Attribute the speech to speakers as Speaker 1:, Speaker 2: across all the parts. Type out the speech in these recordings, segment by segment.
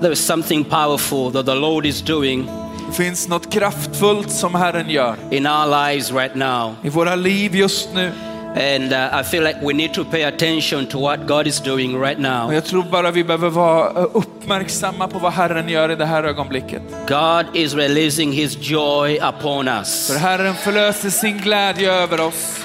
Speaker 1: There is something powerful that the Lord is doing
Speaker 2: Det finns något kraftfullt som Herren gör
Speaker 1: in our lives right now.
Speaker 2: i våra liv just nu.
Speaker 1: And uh, I feel like we need to pay attention to what God is doing right
Speaker 2: Och
Speaker 1: now.
Speaker 2: jag tror bara vi behöver vara eh, uppmärksamma på vad Herren gör i det här ögonblicket.
Speaker 1: God is releasing His joy upon
Speaker 2: För
Speaker 1: us,
Speaker 2: Herren förlöser sin glädje över oss.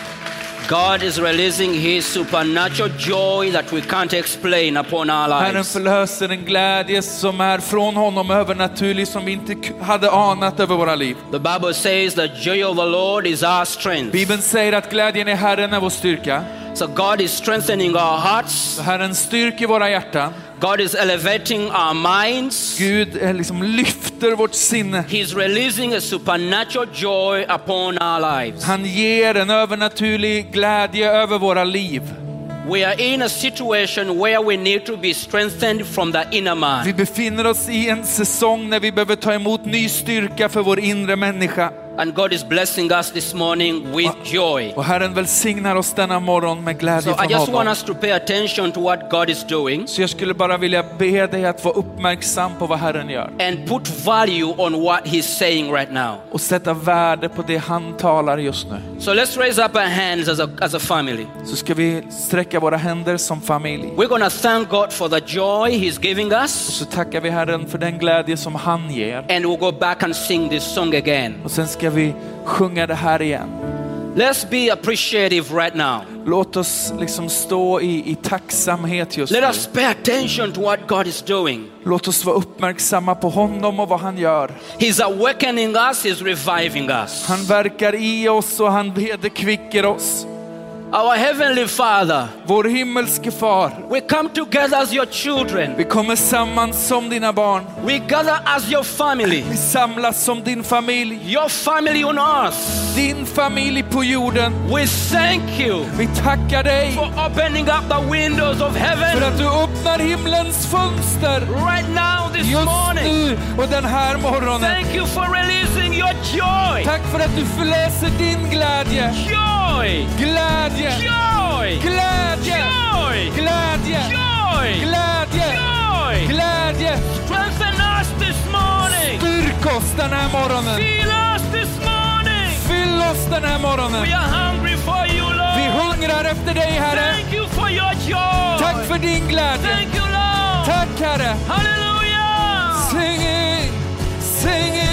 Speaker 1: God is releasing His supernatural joy that we can't explain upon our
Speaker 2: Herren
Speaker 1: lives.
Speaker 2: förlöser en glädje som är från honom övernaturlig som vi inte k- hade anat över våra liv.
Speaker 1: The Bible says the joy of the Lord is our strength.
Speaker 2: Bibeln säger att glädjen i Herren är vår styrka.
Speaker 1: So God is strengthening our hearts.
Speaker 2: Herren styrker våra hjärtan.
Speaker 1: God is elevating our minds.
Speaker 2: Gud eh, liksom lyfter vårt sinne.
Speaker 1: He's releasing a supernatural joy upon our lives.
Speaker 2: Han ger en övernaturlig glädje över våra liv.
Speaker 1: We are in a situation where we need to be strengthened from the inner man.
Speaker 2: Vi befinner oss i en säsong när vi behöver ta emot ny styrka för vår inre människa.
Speaker 1: And God is blessing us this morning with joy.
Speaker 2: Och Herren välsignar oss denna morgon med glädje
Speaker 1: So I
Speaker 2: från
Speaker 1: just want
Speaker 2: honom.
Speaker 1: us to pay attention to what God is doing
Speaker 2: Så jag skulle bara vilja be dig att vara uppmärksam på vad Herren gör
Speaker 1: and put value on what He's saying right now.
Speaker 2: och sätta värde på det han talar just nu.
Speaker 1: So let's raise up our hands as a, as a family.
Speaker 2: Så ska vi sträcka våra händer som familj.
Speaker 1: We're going to thank God for the joy He's giving
Speaker 2: Och
Speaker 1: us.
Speaker 2: så tackar vi Herren för den glädje som han ger.
Speaker 1: And we'll go back and sing this song again.
Speaker 2: Och sen ska vi sjunga det här igen.
Speaker 1: Let's be appreciative right now.
Speaker 2: Låt oss liksom stå i, i tacksamhet just
Speaker 1: Let
Speaker 2: nu.
Speaker 1: us pay attention to what God is doing.
Speaker 2: Låt oss vara uppmärksamma på honom och vad han gör.
Speaker 1: He's awakening us, He's reviving us.
Speaker 2: Han verkar i oss och han vederkvicker oss.
Speaker 1: Our Heavenly Father,
Speaker 2: Vår himmelske far,
Speaker 1: we come together as your children.
Speaker 2: vi kommer samman som dina barn.
Speaker 1: We gather as your family.
Speaker 2: Vi samlas som din familj,
Speaker 1: Your family on earth.
Speaker 2: din familj på jorden.
Speaker 1: We thank you
Speaker 2: Vi tackar dig
Speaker 1: for opening up the windows of
Speaker 2: för
Speaker 1: heaven
Speaker 2: att du öppnar himlens fönster
Speaker 1: right now this
Speaker 2: just
Speaker 1: morning.
Speaker 2: nu och den här morgonen.
Speaker 1: Thank you for releasing your joy.
Speaker 2: Tack för att du förlöser din glädje,
Speaker 1: Joy!
Speaker 2: glädje,
Speaker 1: Joy!
Speaker 2: glädje,
Speaker 1: Joy!
Speaker 2: glädje,
Speaker 1: Joy!
Speaker 2: glädje,
Speaker 1: Joy!
Speaker 2: glädje.
Speaker 1: Strengthen us this morning.
Speaker 2: Styrk oss den här morgonen.
Speaker 1: Feel us this morning.
Speaker 2: Fyll oss den här morgonen.
Speaker 1: We are hungry for you,
Speaker 2: Vi
Speaker 1: Lord.
Speaker 2: hungrar efter dig, Herre.
Speaker 1: Thank you for your joy.
Speaker 2: Tack för din glädje.
Speaker 1: Thank you, Lord.
Speaker 2: Tack, Herre.
Speaker 1: Hallelujah.
Speaker 2: Singing, singing,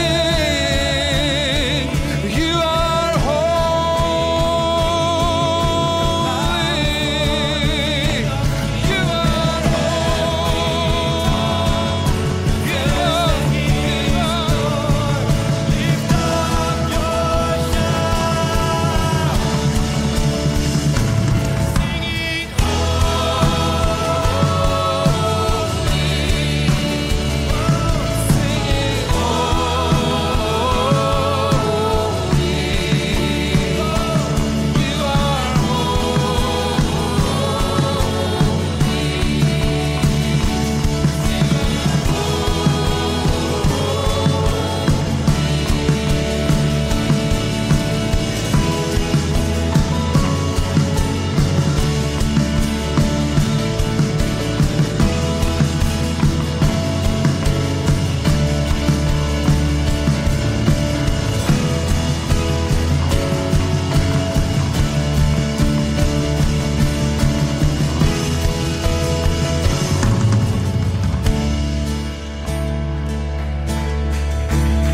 Speaker 2: you are holy. You are holy. You are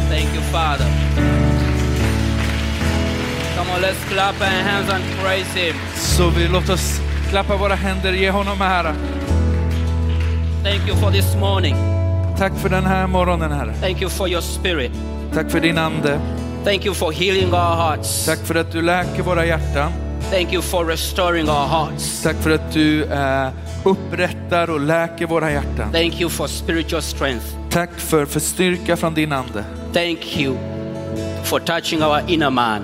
Speaker 1: Thank you, Father. Come on, let's clap our hands and praise Him.
Speaker 2: Så vi låt oss klappa våra händer, ge honom ära.
Speaker 1: Thank you for this morning.
Speaker 2: Tack för den här morgonen, Herre.
Speaker 1: Thank you for your spirit.
Speaker 2: Tack för din Ande.
Speaker 1: Thank you for healing our hearts.
Speaker 2: Tack för att du läker våra hjärtan.
Speaker 1: Thank you for restoring our hearts.
Speaker 2: Tack för att du eh, upprättar och läker våra hjärtan.
Speaker 1: Thank you for spiritual strength.
Speaker 2: Tack för, för styrka från din Ande.
Speaker 1: Thank you for touching our inner man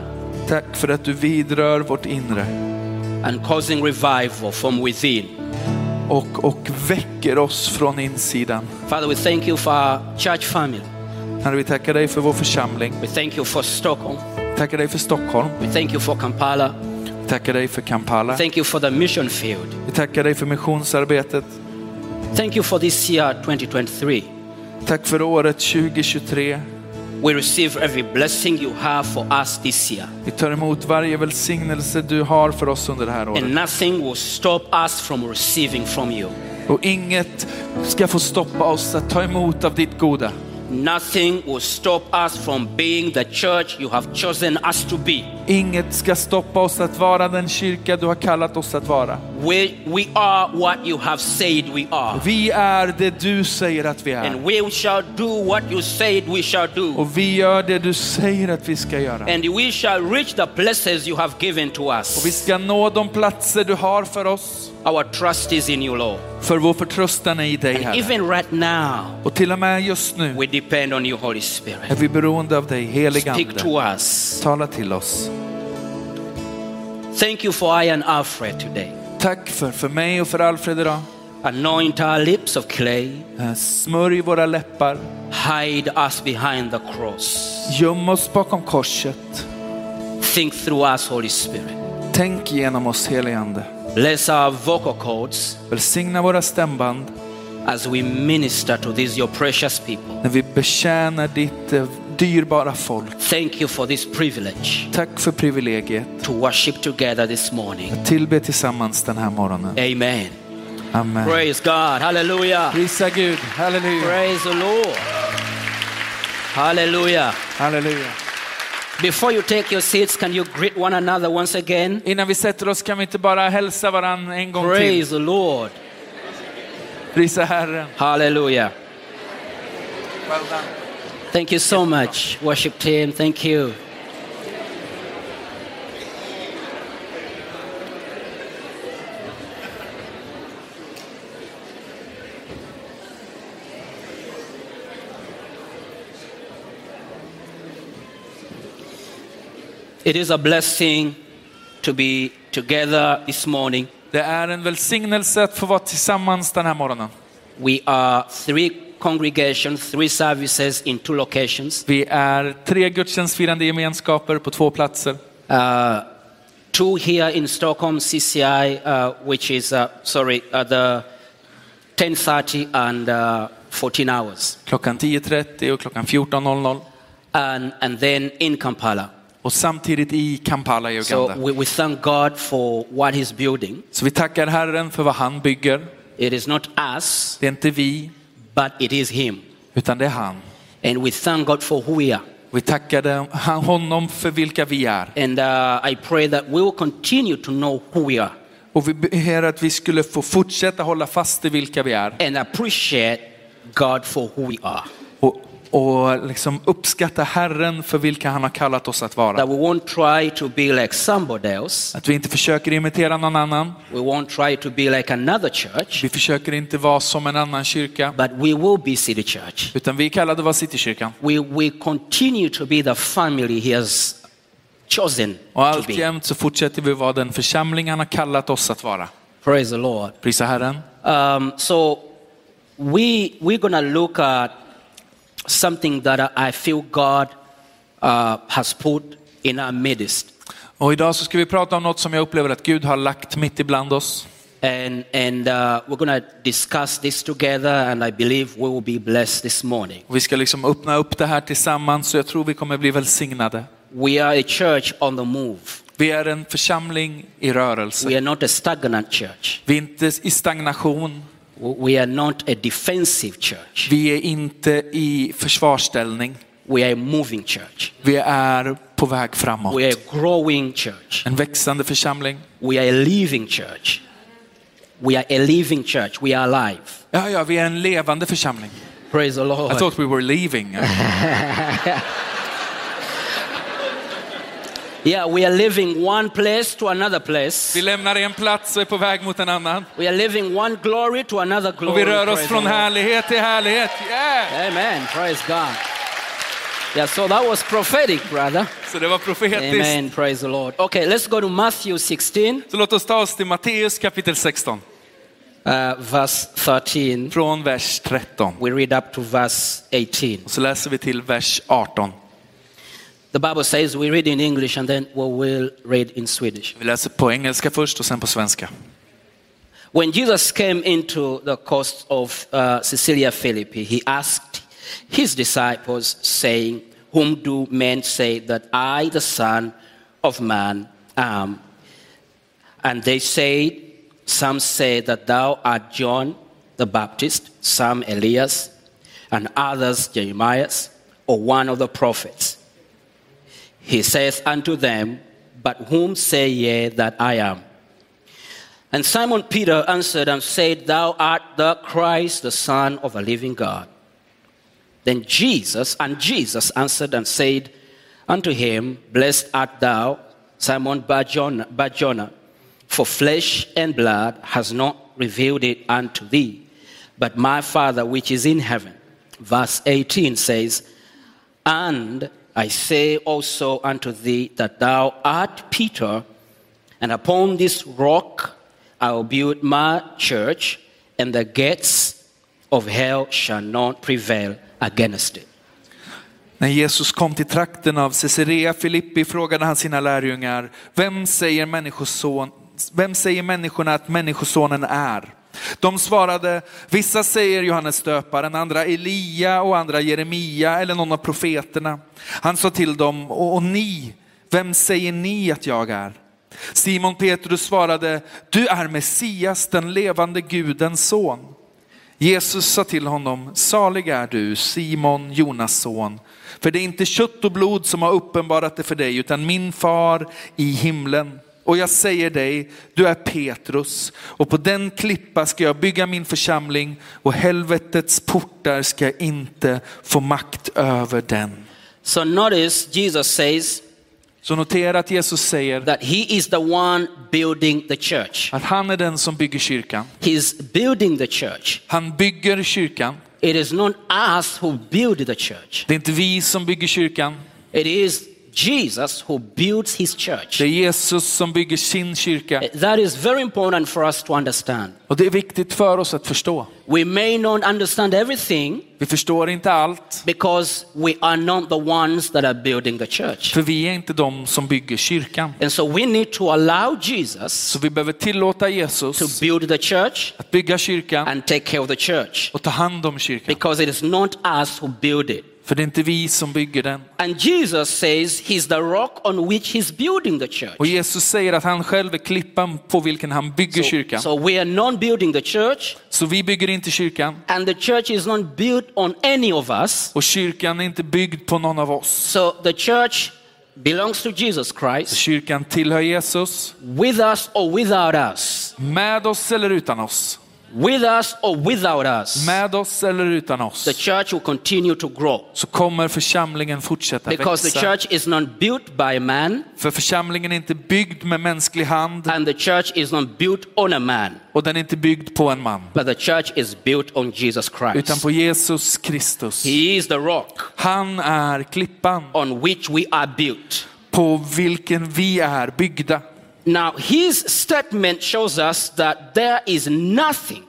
Speaker 2: Tack för att du vidrör vårt inre
Speaker 1: and causing revival from within.
Speaker 2: och, och väcker oss från insidan.
Speaker 1: Father, we thank you for our church family.
Speaker 2: Herre, vi tackar dig för vår församling.
Speaker 1: We thank you for Stockholm.
Speaker 2: Tackar dig för Stockholm.
Speaker 1: We thank you for Kampala.
Speaker 2: Vi tackar dig för Kampala.
Speaker 1: Thank you for the mission field.
Speaker 2: Vi tackar dig för missionsarbetet.
Speaker 1: Thank you for this year 2023.
Speaker 2: Tack för året 2023.
Speaker 1: We receive every blessing you have for us this year,
Speaker 2: Vi tar emot varje välsignelse du har för oss under det här året.
Speaker 1: and nothing will stop us from receiving from you.
Speaker 2: Och inget ska få stoppa oss att ta emot av ditt goda.
Speaker 1: Nothing will stop us from being the church you have chosen us to be.
Speaker 2: Inget ska stoppa oss att vara den kyrka du har kallat oss att vara.
Speaker 1: We, we are what you have said we are,
Speaker 2: Vi är det du säger att vi är.
Speaker 1: and we shall do what you said we shall do,
Speaker 2: Och vi gör det du säger att vi ska göra.
Speaker 1: and we shall reach the places you have given to
Speaker 2: Och vi
Speaker 1: us.
Speaker 2: ska nå de platser du har för oss.
Speaker 1: Our trust is in you, Lord.
Speaker 2: För vår förtröstan är i dig,
Speaker 1: And
Speaker 2: Herre.
Speaker 1: even right now,
Speaker 2: Och till och med just nu
Speaker 1: we depend on you, Holy
Speaker 2: är
Speaker 1: Spirit.
Speaker 2: vi beroende av dig, helige
Speaker 1: Speak to
Speaker 2: Ande.
Speaker 1: us.
Speaker 2: Tala till oss.
Speaker 1: Thank you for I and Alfred today.
Speaker 2: Tack för, för mig och för Alfred idag.
Speaker 1: Anoint our lips of clay,
Speaker 2: Eh, Smörj våra läppar.
Speaker 1: hide us behind the cross.
Speaker 2: Göm oss bakom korset.
Speaker 1: Think through us, Holy Spirit.
Speaker 2: Tänk genom oss, helige Ande.
Speaker 1: Bless our vocal cords
Speaker 2: Välsigna våra stämband
Speaker 1: as we minister to these, your precious people.
Speaker 2: när vi betjänar ditt eh, dyrbara folk.
Speaker 1: Thank you for this privilege
Speaker 2: Tack för privilegiet
Speaker 1: to worship together this morning.
Speaker 2: att tillbe tillsammans den här morgonen.
Speaker 1: Amen.
Speaker 2: Amen.
Speaker 1: Praise God. Hallelujah.
Speaker 2: Prisa Gud. Halleluja.
Speaker 1: Praise the Lord. Hallelujah.
Speaker 2: Halleluja.
Speaker 1: Before you take your seats, can you greet one another once again?
Speaker 2: Innan vi sätter oss kan vi inte bara hälsa varandra en gång till.
Speaker 1: Praise the Lord.
Speaker 2: Prisa Herren.
Speaker 1: Hallelujah. Thank you so much, worship team. Thank you. It is a blessing to be together this morning.
Speaker 2: Det är en välsignelse att få vara tillsammans den här morgonen.
Speaker 1: We are three congregations, three services in two locations.
Speaker 2: Vi är tre gudstjänstfirande gemenskaper på två platser.
Speaker 1: Uh, two here in Stockholm, CCI, uh, which is, uh, sorry, uh, the 10.30 and uh, 14 hours.
Speaker 2: Klockan 10.30 och klockan 14.00.
Speaker 1: And, and then in Kampala.
Speaker 2: Och samtidigt i Kampala i
Speaker 1: So
Speaker 2: Uganda.
Speaker 1: we, we thank God for what he's building.
Speaker 2: Så vi tackar Herren för vad han bygger.
Speaker 1: It is not us,
Speaker 2: Det är inte vi,
Speaker 1: but it is him.
Speaker 2: utan det är han.
Speaker 1: And we thank God for who we are.
Speaker 2: Vi tackar dem- han- honom för vilka vi är.
Speaker 1: And uh, I pray that we will continue to know who we are
Speaker 2: Och vi ber att vi skulle få fortsätta hålla fast i vilka vi är.
Speaker 1: and appreciate God for who we are.
Speaker 2: Och, och liksom uppskatta Herren för vilka han har kallat oss att vara.
Speaker 1: That we won't try to be like somebody else.
Speaker 2: Att vi inte försöker imitera någon annan.
Speaker 1: We won't try to be like another church.
Speaker 2: Vi försöker inte vara som en annan kyrka.
Speaker 1: But we will be City Church.
Speaker 2: Utan vi är kallade att vara Citykyrkan.
Speaker 1: We will continue to be the family He has chosen
Speaker 2: Och
Speaker 1: to be.
Speaker 2: alltjämt så fortsätter vi vara den församling han har kallat oss att vara.
Speaker 1: Praise the Lord.
Speaker 2: Prisa Herren.
Speaker 1: Um, so we we're gonna look at something that I- I feel God uh, has put in our midst,
Speaker 2: Och idag så ska vi prata om något som jag upplever att Gud har lagt mitt ibland oss.
Speaker 1: and and uh, we're gonna discuss this together. And I believe we will be blessed this morning.
Speaker 2: Och vi ska liksom öppna upp det här tillsammans så jag tror vi kommer bli välsignade.
Speaker 1: We are a church on the move.
Speaker 2: Vi är en församling i rörelse.
Speaker 1: We are not a stagnant church.
Speaker 2: Vi är inte i stagnation.
Speaker 1: We- We are not a defensive church.
Speaker 2: Vi är inte i försvarsställning.
Speaker 1: We are a moving church.
Speaker 2: Vi är på väg framåt.
Speaker 1: We are a growing church.
Speaker 2: En växande församling.
Speaker 1: We are a living church. We are a living church. We are alive.
Speaker 2: Ja, ja, vi är en levande församling.
Speaker 1: Praise the
Speaker 2: I
Speaker 1: Lord.
Speaker 2: thought we were leaving.
Speaker 1: Yeah, we are living one place to another
Speaker 2: Vi
Speaker 1: place.
Speaker 2: lämnar en plats och är på väg mot en annan.
Speaker 1: We are living one glory to another
Speaker 2: Och
Speaker 1: glory.
Speaker 2: vi rör oss
Speaker 1: Praise
Speaker 2: från
Speaker 1: the Lord.
Speaker 2: härlighet till härlighet. Yeah!
Speaker 1: Amen. Praise God. Yeah, so that was prophetic, brother.
Speaker 2: Så det var profetiskt.
Speaker 1: Amen. Praise the Lord. Okay, let's go to Matthew 16,
Speaker 2: Så låt oss ta oss till Matteus kapitel 16,
Speaker 1: uh, verse 13.
Speaker 2: från vers 13.
Speaker 1: We read up to verse 18.
Speaker 2: Och så läser vi till vers 18.
Speaker 1: The Bible says we read in English and then we will read in Swedish.
Speaker 2: Vi läser på engelska först och sen på svenska.
Speaker 1: When Jesus came into the coast of uh, Sicilia Philippi, he asked his disciples, saying, Whom do men say that I, the Son of Man, am? And they said, Some say that thou art John the Baptist, some Elias, and others Jeremiah, or one of the prophets. He saith unto them, But whom say ye that I am? And Simon Peter answered and said, Thou art the Christ, the Son of a living God. Then Jesus, and Jesus answered and said unto him, Blessed art thou, Simon Barjona, Barjona, for flesh and blood has not revealed it unto thee, but my Father which is in heaven. Verse 18 says, And I say also unto thee that thou art Peter, and upon this rock I will build my church, and the gates of hell shall not prevail against it.
Speaker 2: När Jesus kom till trakten av Caesarea Filippi frågade han sina lärjungar, vem säger, människoson, vem säger människorna att människosonen är? De svarade, vissa säger Johannes döparen, andra Elia och andra Jeremia eller någon av profeterna. Han sa till dem, och, och ni, vem säger ni att jag är? Simon Petrus svarade, du är Messias, den levande Gudens son. Jesus sa till honom, salig är du Simon, Jonas son, för det är inte kött och blod som har uppenbarat det för dig, utan min far i himlen. Och jag säger dig, du är Petrus, och på den klippa ska jag bygga min församling, och helvetets portar ska inte få makt över den.
Speaker 1: So notice Jesus says
Speaker 2: Så notera att Jesus säger
Speaker 1: that he is the one building the church.
Speaker 2: att han är den som bygger kyrkan.
Speaker 1: He's building the church.
Speaker 2: Han bygger kyrkan.
Speaker 1: It is not us who build the church,
Speaker 2: Det är inte vi som bygger kyrkan.
Speaker 1: it is Jesus who builds his church.
Speaker 2: Det är Jesus som bygger sin kyrka.
Speaker 1: That is very important for us to understand.
Speaker 2: Och det är viktigt för oss att förstå.
Speaker 1: We may not understand everything
Speaker 2: Vi förstår inte allt,
Speaker 1: because we are not the ones that are building the church.
Speaker 2: för vi är inte de som bygger kyrkan.
Speaker 1: And so we need to allow Jesus
Speaker 2: Så vi behöver tillåta
Speaker 1: to
Speaker 2: Jesus
Speaker 1: build the church
Speaker 2: att bygga kyrkan
Speaker 1: and take care of the church
Speaker 2: och ta hand om kyrkan.
Speaker 1: because it is not us who build it.
Speaker 2: För det är inte vi som bygger den.
Speaker 1: And Jesus says he's the rock on which he's building the church.
Speaker 2: Och Jesus säger att han själv är klippan på vilken han bygger
Speaker 1: So,
Speaker 2: kyrkan.
Speaker 1: so we are not building the church,
Speaker 2: Så vi bygger inte kyrkan
Speaker 1: and the church is not built on any of us.
Speaker 2: och kyrkan är inte byggd på någon av oss.
Speaker 1: So the church belongs to Jesus Christ,
Speaker 2: Kyrkan tillhör Jesus,
Speaker 1: with us or without us,
Speaker 2: med oss eller utan oss.
Speaker 1: with us or without us.
Speaker 2: Med oss eller utan
Speaker 1: The
Speaker 2: oss.
Speaker 1: church will continue to grow
Speaker 2: Så kommer församlingen fortsätta
Speaker 1: because the
Speaker 2: växa.
Speaker 1: church is not built by man,
Speaker 2: För församlingen är inte byggd med mänsklig hand
Speaker 1: and the church is not built on a man,
Speaker 2: och den är inte byggd på en man.
Speaker 1: but the church is built on Jesus
Speaker 2: Utan
Speaker 1: Christ.
Speaker 2: på Jesus Kristus.
Speaker 1: He is the rock
Speaker 2: Han är klippan
Speaker 1: on which we are built.
Speaker 2: på vilken vi är byggda.
Speaker 1: Now, his statement shows us that there is nothing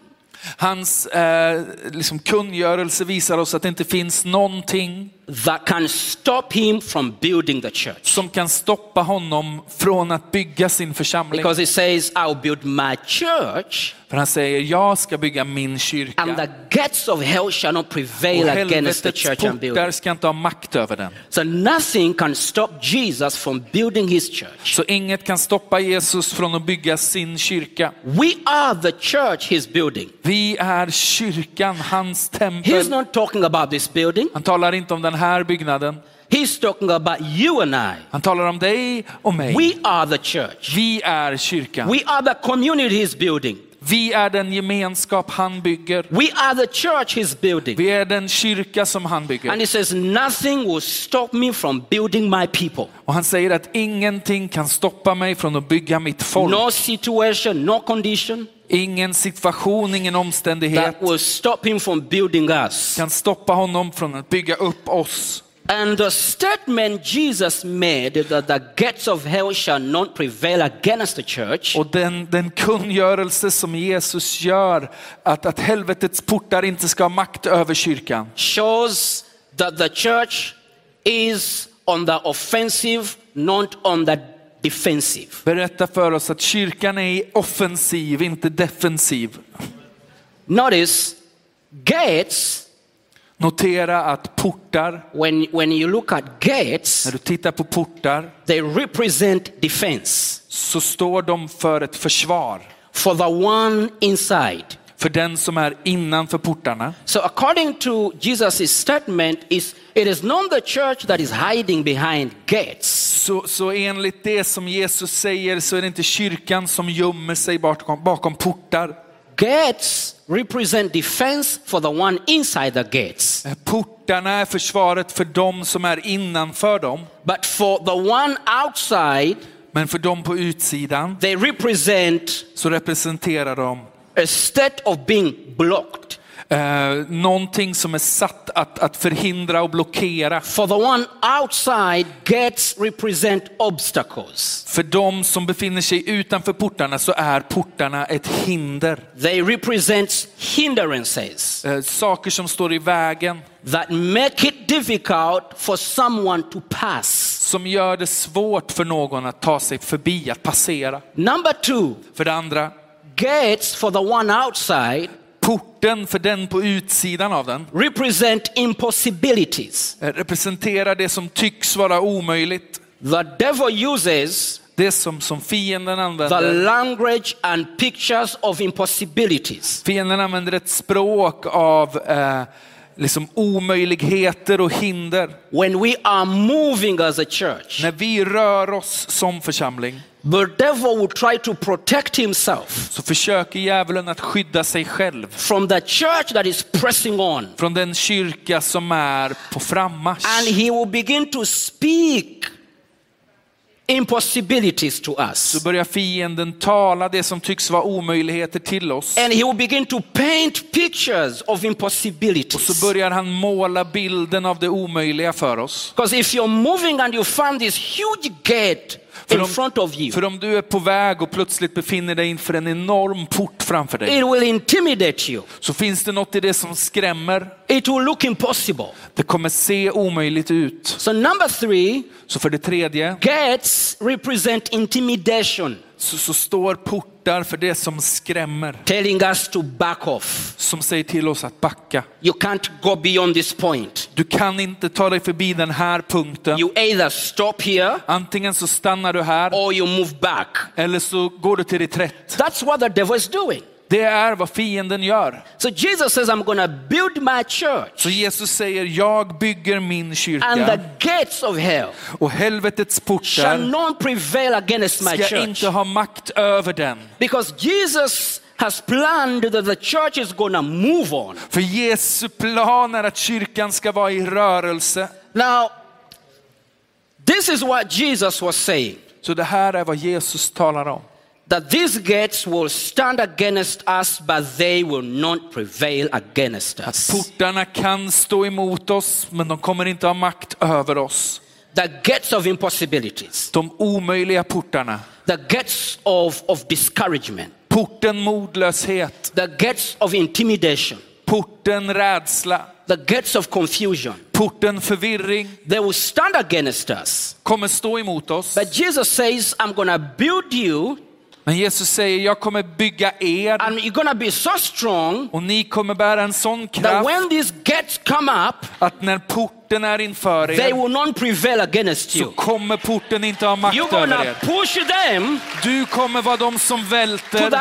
Speaker 2: Hans eh, liksom kungörelse visar oss att det inte finns någonting
Speaker 1: that can stop him from building the church.
Speaker 2: som kan stoppa honom från att bygga sin församling.
Speaker 1: Because he says, I'll build my church,
Speaker 2: För han säger, jag ska bygga min
Speaker 1: and
Speaker 2: kyrka.
Speaker 1: the gates of hell shall not
Speaker 2: Och
Speaker 1: prevail against the
Speaker 2: helvetets
Speaker 1: church I'm
Speaker 2: portar
Speaker 1: building.
Speaker 2: ska inte ha makt över den.
Speaker 1: So nothing can stop Jesus from building his church.
Speaker 2: Så inget kan stoppa Jesus från att bygga sin kyrka.
Speaker 1: We are the church he's building.
Speaker 2: Vi är kyrkan, hans
Speaker 1: He's
Speaker 2: tempel.
Speaker 1: not talking about this building,
Speaker 2: Han talar inte om den här byggnaden.
Speaker 1: he's talking about you and I.
Speaker 2: Han talar om dig och mig.
Speaker 1: We are the church.
Speaker 2: Vi är kyrkan.
Speaker 1: We are the community he's building.
Speaker 2: Vi är den gemenskap han bygger.
Speaker 1: We are the church he's building.
Speaker 2: Vi är den kyrka som han
Speaker 1: And
Speaker 2: bygger.
Speaker 1: he says, Nothing will stop me from building my people.
Speaker 2: Och han säger att ingenting kan stoppa mig från att bygga mitt folk.
Speaker 1: No situation, no condition
Speaker 2: Ingen situation, ingen omständighet
Speaker 1: that will stop him from building us.
Speaker 2: kan stoppa honom från att bygga upp oss.
Speaker 1: And the statement Jesus made that the gates of hell shall not prevail against the church
Speaker 2: Och den, den kungörelse som Jesus gör, att, att helvetets portar inte ska ha makt över kyrkan,
Speaker 1: shows that the church is on the offensive, not on the defensive.
Speaker 2: berättar för oss att kyrkan är offensiv, inte defensiv.
Speaker 1: Notice gates
Speaker 2: Notera att portar,
Speaker 1: When, when you look at gates,
Speaker 2: när du tittar på portar,
Speaker 1: they represent defense
Speaker 2: så står de för ett försvar
Speaker 1: for the one inside.
Speaker 2: för den som är innanför portarna.
Speaker 1: So according to Jesus' statement, is it is not the church that is hiding behind gates,
Speaker 2: Så, så enligt det som Jesus säger så är det inte kyrkan som gömmer sig bakom, bakom portar.
Speaker 1: gates represent defense for the one inside the gates.
Speaker 2: Portarna är försvaret för de som är innanför dem,
Speaker 1: But for the one outside,
Speaker 2: men för de på utsidan
Speaker 1: they represent
Speaker 2: så representerar de
Speaker 1: a state of being blocked.
Speaker 2: eh, någonting som är satt att, att förhindra och blockera.
Speaker 1: For the one outside, gates represent obstacles.
Speaker 2: För de som befinner sig utanför portarna så är portarna ett hinder.
Speaker 1: They represent hindrances
Speaker 2: Eh, Saker som står i vägen,
Speaker 1: that make it difficult for someone to pass.
Speaker 2: som gör det svårt för någon att ta sig förbi, att passera.
Speaker 1: Number two,
Speaker 2: För det andra,
Speaker 1: gates for the one outside
Speaker 2: porten för den på utsidan av den
Speaker 1: represent impossibilities.
Speaker 2: eh, representerar det som tycks vara omöjligt.
Speaker 1: The devil uses
Speaker 2: Det som, som fienden
Speaker 1: the
Speaker 2: använder.
Speaker 1: language and pictures of impossibilities.
Speaker 2: Fienden använder ett språk av eh, liksom omöjligheter och hinder.
Speaker 1: When we are moving as a church,
Speaker 2: När vi rör oss som församling
Speaker 1: the devil will try to protect himself
Speaker 2: så försöker djävulen att skydda sig själv
Speaker 1: from the church that is pressing on.
Speaker 2: från den kyrka som är på
Speaker 1: and
Speaker 2: frammarsch.
Speaker 1: he will begin to speak impossibilities to
Speaker 2: Så
Speaker 1: us.
Speaker 2: börjar fienden tala det som tycks vara omöjligheter till oss.
Speaker 1: And he will begin to paint pictures of
Speaker 2: Och
Speaker 1: impossibilities.
Speaker 2: så börjar han måla bilden av det omöjliga för oss.
Speaker 1: Because if you're moving and you find this huge gate
Speaker 2: För
Speaker 1: in
Speaker 2: om-
Speaker 1: front of you,
Speaker 2: För om du är på väg och plötsligt befinner dig inför en enorm port framför dig
Speaker 1: it will intimidate you.
Speaker 2: så finns det något i det som skrämmer.
Speaker 1: It will look impossible.
Speaker 2: Det kommer se omöjligt ut.
Speaker 1: So, number three,
Speaker 2: Så för det tredje
Speaker 1: gates represent intimidation,
Speaker 2: så, så står portar för det som skrämmer.
Speaker 1: telling us to back off.
Speaker 2: Som säger till oss att backa.
Speaker 1: You can't go beyond this point.
Speaker 2: Du kan inte ta dig förbi den här punkten.
Speaker 1: You either stop here
Speaker 2: Antingen så stannar du här
Speaker 1: or you move back.
Speaker 2: eller så går du till reträtt.
Speaker 1: That's what the devil is doing.
Speaker 2: Det är vad fienden gör.
Speaker 1: So Jesus says, I'm going to build my
Speaker 2: Så
Speaker 1: church,
Speaker 2: Jesus säger, jag bygger min
Speaker 1: and
Speaker 2: kyrka
Speaker 1: the gates of hell
Speaker 2: och helvetets
Speaker 1: shall
Speaker 2: portar
Speaker 1: not prevail against my
Speaker 2: ska
Speaker 1: church.
Speaker 2: inte ha makt över den.
Speaker 1: Because Jesus has planned that the church is going to move on.
Speaker 2: För Jesu plan är att kyrkan ska vara i rörelse.
Speaker 1: Now, this is what Jesus was saying
Speaker 2: Så det här är vad Jesus talar om.
Speaker 1: that these gates will stand against us, but they will not prevail against us.
Speaker 2: Portarna kan stå emot oss, men de kommer inte ha makt över oss.
Speaker 1: The gates of impossibilities,
Speaker 2: De omöjliga portarna.
Speaker 1: the gates of, of discouragement,
Speaker 2: Porten modlöshet,
Speaker 1: the gates of intimidation,
Speaker 2: porten rädsla,
Speaker 1: the gates of confusion.
Speaker 2: porten förvirring
Speaker 1: they will stand against us.
Speaker 2: kommer stå emot oss.
Speaker 1: But Jesus says, I'm going to build you,
Speaker 2: Men Jesus säger, jag kommer bygga er
Speaker 1: and you're going to be so strong
Speaker 2: och ni kommer bära en sån
Speaker 1: that
Speaker 2: kraft
Speaker 1: when these gates come up,
Speaker 2: att när porten är inför
Speaker 1: they
Speaker 2: er
Speaker 1: will not prevail against
Speaker 2: så
Speaker 1: you.
Speaker 2: kommer porten inte ha
Speaker 1: You're
Speaker 2: makt
Speaker 1: going
Speaker 2: över
Speaker 1: to
Speaker 2: er.
Speaker 1: push them
Speaker 2: Du kommer vara de som
Speaker 1: to the
Speaker 2: välter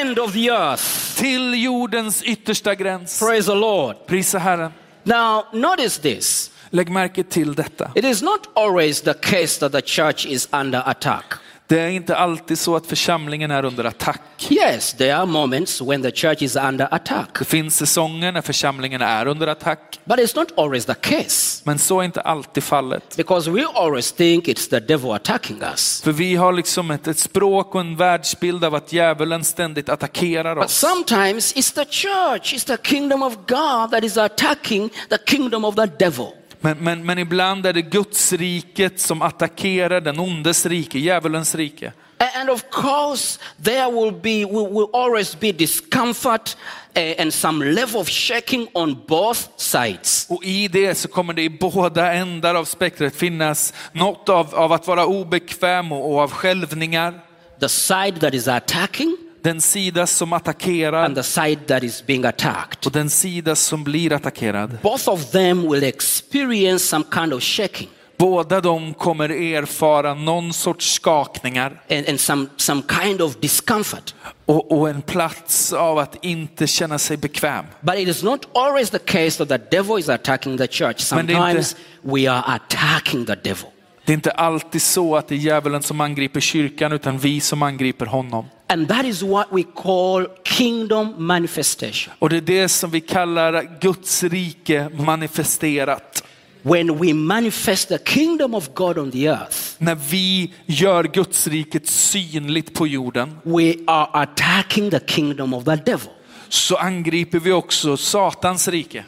Speaker 1: end of the earth.
Speaker 2: till jordens yttersta gräns.
Speaker 1: Praise the Lord.
Speaker 2: Prisa Herren.
Speaker 1: Now, notice this.
Speaker 2: Lägg märke till detta.
Speaker 1: It is not always the case that the church is under attack.
Speaker 2: Det är inte alltid så att församlingen är under attack.
Speaker 1: Yes, there are moments when the church is under attack,
Speaker 2: Det finns säsonger när församlingen är under attack,
Speaker 1: but it's not always the case
Speaker 2: men så är inte alltid fallet.
Speaker 1: because we always think it's the devil attacking us.
Speaker 2: För vi har liksom ett, ett språk och en världsbild av att djävulen ständigt attackerar
Speaker 1: But
Speaker 2: oss.
Speaker 1: sometimes it's the church, it's the kingdom of God that is attacking the kingdom of the devil.
Speaker 2: Men, men, men ibland är det Guds riket som attackerar den ondes rike, djävulens rike.
Speaker 1: A- And of course, there will be, will, will always be discomfort eh, and some level of shaking on both sides.
Speaker 2: Och i det så kommer det i båda ändar av spektrat finnas något av, av att vara obekväm och, och av skälvningar.
Speaker 1: The side that is attacking
Speaker 2: den sida som
Speaker 1: and
Speaker 2: attackerar
Speaker 1: the side that is being attacked.
Speaker 2: och den sida som blir attackerad.
Speaker 1: Both of them will experience some kind of shaking
Speaker 2: Båda de kommer erfara någon sorts skakningar
Speaker 1: and, and some, some kind of discomfort.
Speaker 2: och, och en plats av att inte känna sig bekväm.
Speaker 1: But it is not always the case that the devil is attacking the church.
Speaker 2: Men det är inte-
Speaker 1: Sometimes we are attacking the devil.
Speaker 2: Det är inte alltid så att det är djävulen som angriper kyrkan utan vi som angriper honom.
Speaker 1: And that is what we call kingdom manifestation.
Speaker 2: Och det är det som vi kallar Guds rike manifesterat.
Speaker 1: When we manifest the kingdom of God on the earth,
Speaker 2: När vi gör Guds riket synligt på jorden
Speaker 1: we are attacking the kingdom of the devil.
Speaker 2: så angriper vi också Satans rike.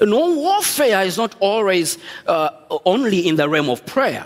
Speaker 1: No warfare is not always uh, only in the realm of prayer.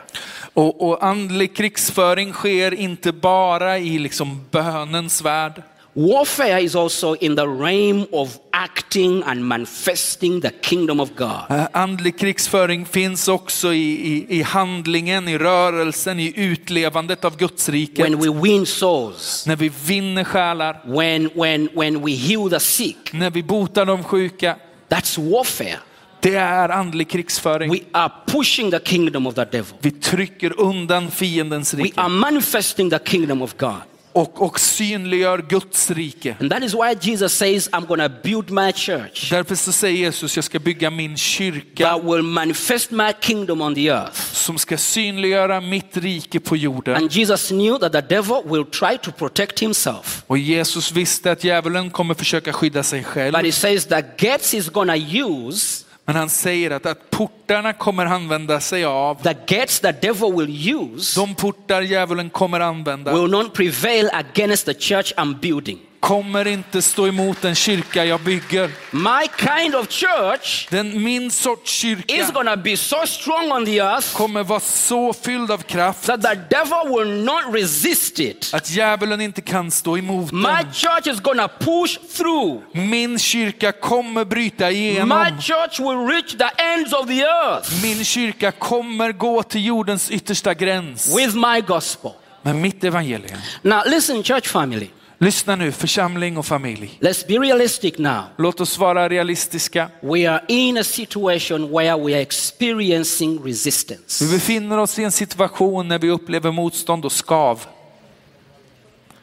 Speaker 2: Och, och andlig krigsföring sker inte bara i liksom bönens värld.
Speaker 1: Warfare is also in the realm of acting and manifesting the kingdom of God.
Speaker 2: Eh, Andlig krigsföring finns också i, i, i handlingen, i rörelsen, i utlevandet av Guds rike.
Speaker 1: When we win souls,
Speaker 2: När vi vinner själar,
Speaker 1: when, when, when we heal the sick,
Speaker 2: när vi botar de sjuka.
Speaker 1: that's warfare.
Speaker 2: Det är andlig krigsföring.
Speaker 1: We are pushing the kingdom of the devil.
Speaker 2: Vi trycker undan fiendens
Speaker 1: We are
Speaker 2: rike
Speaker 1: manifesting the kingdom of God.
Speaker 2: och, och synliggör Guds rike.
Speaker 1: And that is why Jesus says, I'm going to build my church
Speaker 2: Därför så säger Jesus, jag ska bygga min kyrka
Speaker 1: that will manifest my kingdom on the earth.
Speaker 2: som ska synliggöra mitt rike på jorden.
Speaker 1: And Jesus knew that the devil will try to protect himself.
Speaker 2: Och Jesus visste att djävulen kommer försöka skydda sig
Speaker 1: But
Speaker 2: själv.
Speaker 1: he says the gates he's going to use,
Speaker 2: Men han säger att, att portarna kommer han använda sig av.
Speaker 1: the gates the devil will use,
Speaker 2: De portar djävulen kommer använda
Speaker 1: will not prevail against the church I'm building.
Speaker 2: kommer inte stå emot den kyrka jag bygger.
Speaker 1: My kind of church
Speaker 2: Den, min sorts
Speaker 1: is
Speaker 2: kyrka
Speaker 1: going to be so strong on the earth
Speaker 2: kommer vara så fylld av kraft
Speaker 1: that the devil will not resist it.
Speaker 2: att djävulen inte kan stå emot
Speaker 1: My
Speaker 2: den.
Speaker 1: church is going to push through.
Speaker 2: Min kyrka kommer bryta
Speaker 1: My
Speaker 2: igenom.
Speaker 1: church will reach the ends of the earth
Speaker 2: Min kyrka kommer gå till jordens yttersta gräns.
Speaker 1: with my gospel.
Speaker 2: Med mitt evangelium.
Speaker 1: Now, listen, church family,
Speaker 2: Lyssna nu, församling och familj.
Speaker 1: let's be realistic now.
Speaker 2: Låt oss vara realistiska.
Speaker 1: We are in a situation where we are experiencing
Speaker 2: Vi
Speaker 1: resistance.
Speaker 2: befinner oss i en situation när vi upplever motstånd och skav.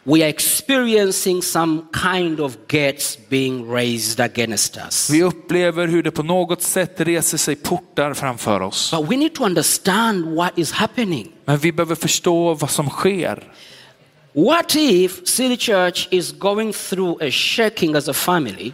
Speaker 1: We are experiencing some kind of gates being raised against us.
Speaker 2: Vi upplever hur det på något sätt reser sig portar framför oss.
Speaker 1: But we need to understand what is happening.
Speaker 2: Men vi behöver förstå vad som sker.
Speaker 1: What if City Church is going through a shaking as a family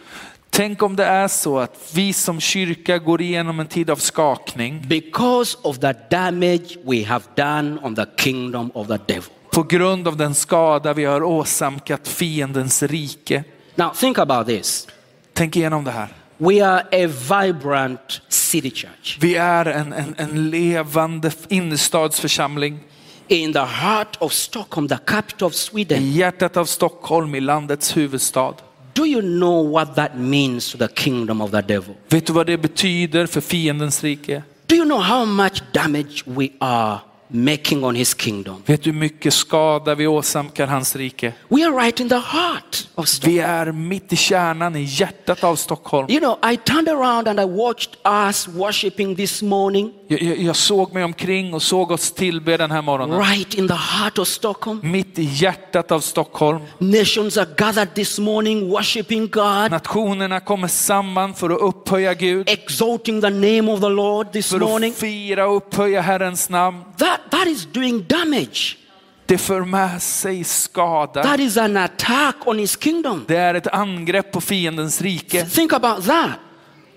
Speaker 2: Tänk om det är så att vi som kyrka går igenom en tid av skakning.
Speaker 1: because of the damage we have done on the kingdom of the devil?
Speaker 2: på grund av den skada vi har åsamkat fiendens rike.
Speaker 1: Now, think about this.
Speaker 2: Tänk igenom det här.
Speaker 1: We are a vibrant city church
Speaker 2: Vi är en, en, en levande innerstadsförsamling
Speaker 1: in the heart of Stockholm, the capital of Sweden.
Speaker 2: i hjärtat av Stockholm, i landets huvudstad.
Speaker 1: Do you know what that means to the kingdom of the devil?
Speaker 2: Vet du vad det betyder för fiendens rike?
Speaker 1: Do you know how much damage we are making on his kingdom?
Speaker 2: Vet du hur mycket skada vi åsamkar hans rike?
Speaker 1: We are right in the heart of Stockholm.
Speaker 2: Vi är mitt i kärnan, i hjärtat av Stockholm.
Speaker 1: You know, I turned around and I watched us worshiping this morning
Speaker 2: Jag, jag, jag såg mig omkring och såg oss tillbe den här morgonen.
Speaker 1: right in the heart of Stockholm.
Speaker 2: Mitt i hjärtat av Stockholm.
Speaker 1: Nations are gathered this morning worshiping God,
Speaker 2: Nationerna kommer samman för att upphöja Gud.
Speaker 1: exalting the name of the Lord this
Speaker 2: för
Speaker 1: morning.
Speaker 2: att fira och upphöja Herrens namn.
Speaker 1: That, that is doing damage.
Speaker 2: Det för med sig skada.
Speaker 1: That is an attack on his kingdom.
Speaker 2: Det är ett angrepp på fiendens rike.
Speaker 1: Think about that.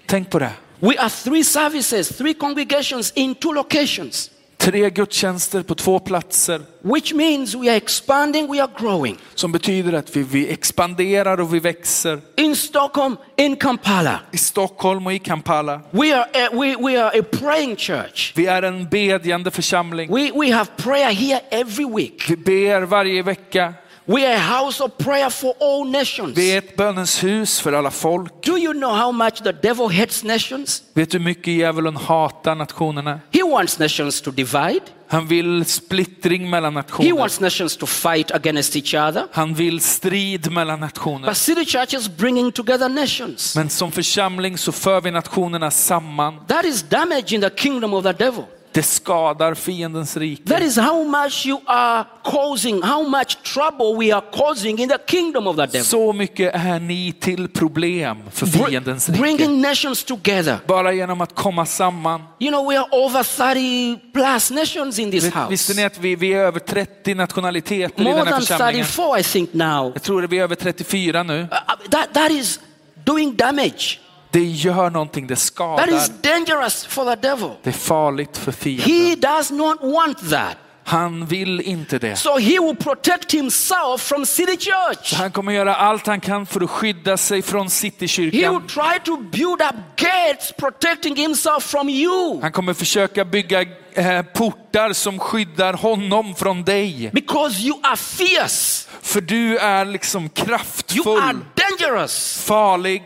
Speaker 2: Tänk på det.
Speaker 1: We are three services, three congregations in two locations,
Speaker 2: Tre gudstjänster på två platser
Speaker 1: which means we are expanding, we are growing.
Speaker 2: som betyder att vi, vi expanderar och vi växer
Speaker 1: In Stockholm, in Kampala,
Speaker 2: i Stockholm och i Kampala.
Speaker 1: we are a, we, we are a praying church.
Speaker 2: Vi är en bedjande församling.
Speaker 1: We, we have prayer here every week.
Speaker 2: Vi ber varje vecka.
Speaker 1: We are a house of prayer for all nations.
Speaker 2: Vi är ett bönens hus för alla folk.
Speaker 1: Do you know how much the devil hates nations?
Speaker 2: Vet du hur mycket djävulen hatar nationerna?
Speaker 1: He wants nations to divide.
Speaker 2: Han vill splittring mellan
Speaker 1: He
Speaker 2: nationer.
Speaker 1: wants nations to fight against each other.
Speaker 2: Han vill strid mellan
Speaker 1: But
Speaker 2: nationer.
Speaker 1: City Church is bringing together nations.
Speaker 2: Men som församling så för vi nationerna samman.
Speaker 1: That is damaging the kingdom of the devil.
Speaker 2: Det skadar fiendens rike.
Speaker 1: That is how much you are causing, how much trouble we are causing in the kingdom of the devil.
Speaker 2: Så mycket är ni till problem för
Speaker 1: Br-
Speaker 2: fiendens rike.
Speaker 1: bringing nations together.
Speaker 2: Bara genom att komma samman.
Speaker 1: You know, we are over 30 plus nations in this
Speaker 2: Vet- Visste ni
Speaker 1: house.
Speaker 2: att vi, vi är över 30 nationaliteter i
Speaker 1: More
Speaker 2: den här
Speaker 1: than
Speaker 2: församlingen?
Speaker 1: 34, I think, now.
Speaker 2: Jag tror att vi är över 34 nu.
Speaker 1: Uh, uh, that, that is doing damage.
Speaker 2: Det gör någonting, det
Speaker 1: That
Speaker 2: skadar.
Speaker 1: is dangerous for the devil.
Speaker 2: Det är farligt för fienden.
Speaker 1: He does not want that.
Speaker 2: Han vill inte det.
Speaker 1: So he will protect himself from city church.
Speaker 2: Han kommer göra allt han kan för att skydda sig från
Speaker 1: He will
Speaker 2: Citykyrkan.
Speaker 1: try to build up gates protecting himself from you
Speaker 2: Han kommer försöka bygga eh, portar som skyddar honom från dig.
Speaker 1: because you are fierce,
Speaker 2: För du är liksom
Speaker 1: you are
Speaker 2: kraftfull,
Speaker 1: dangerous.
Speaker 2: farlig.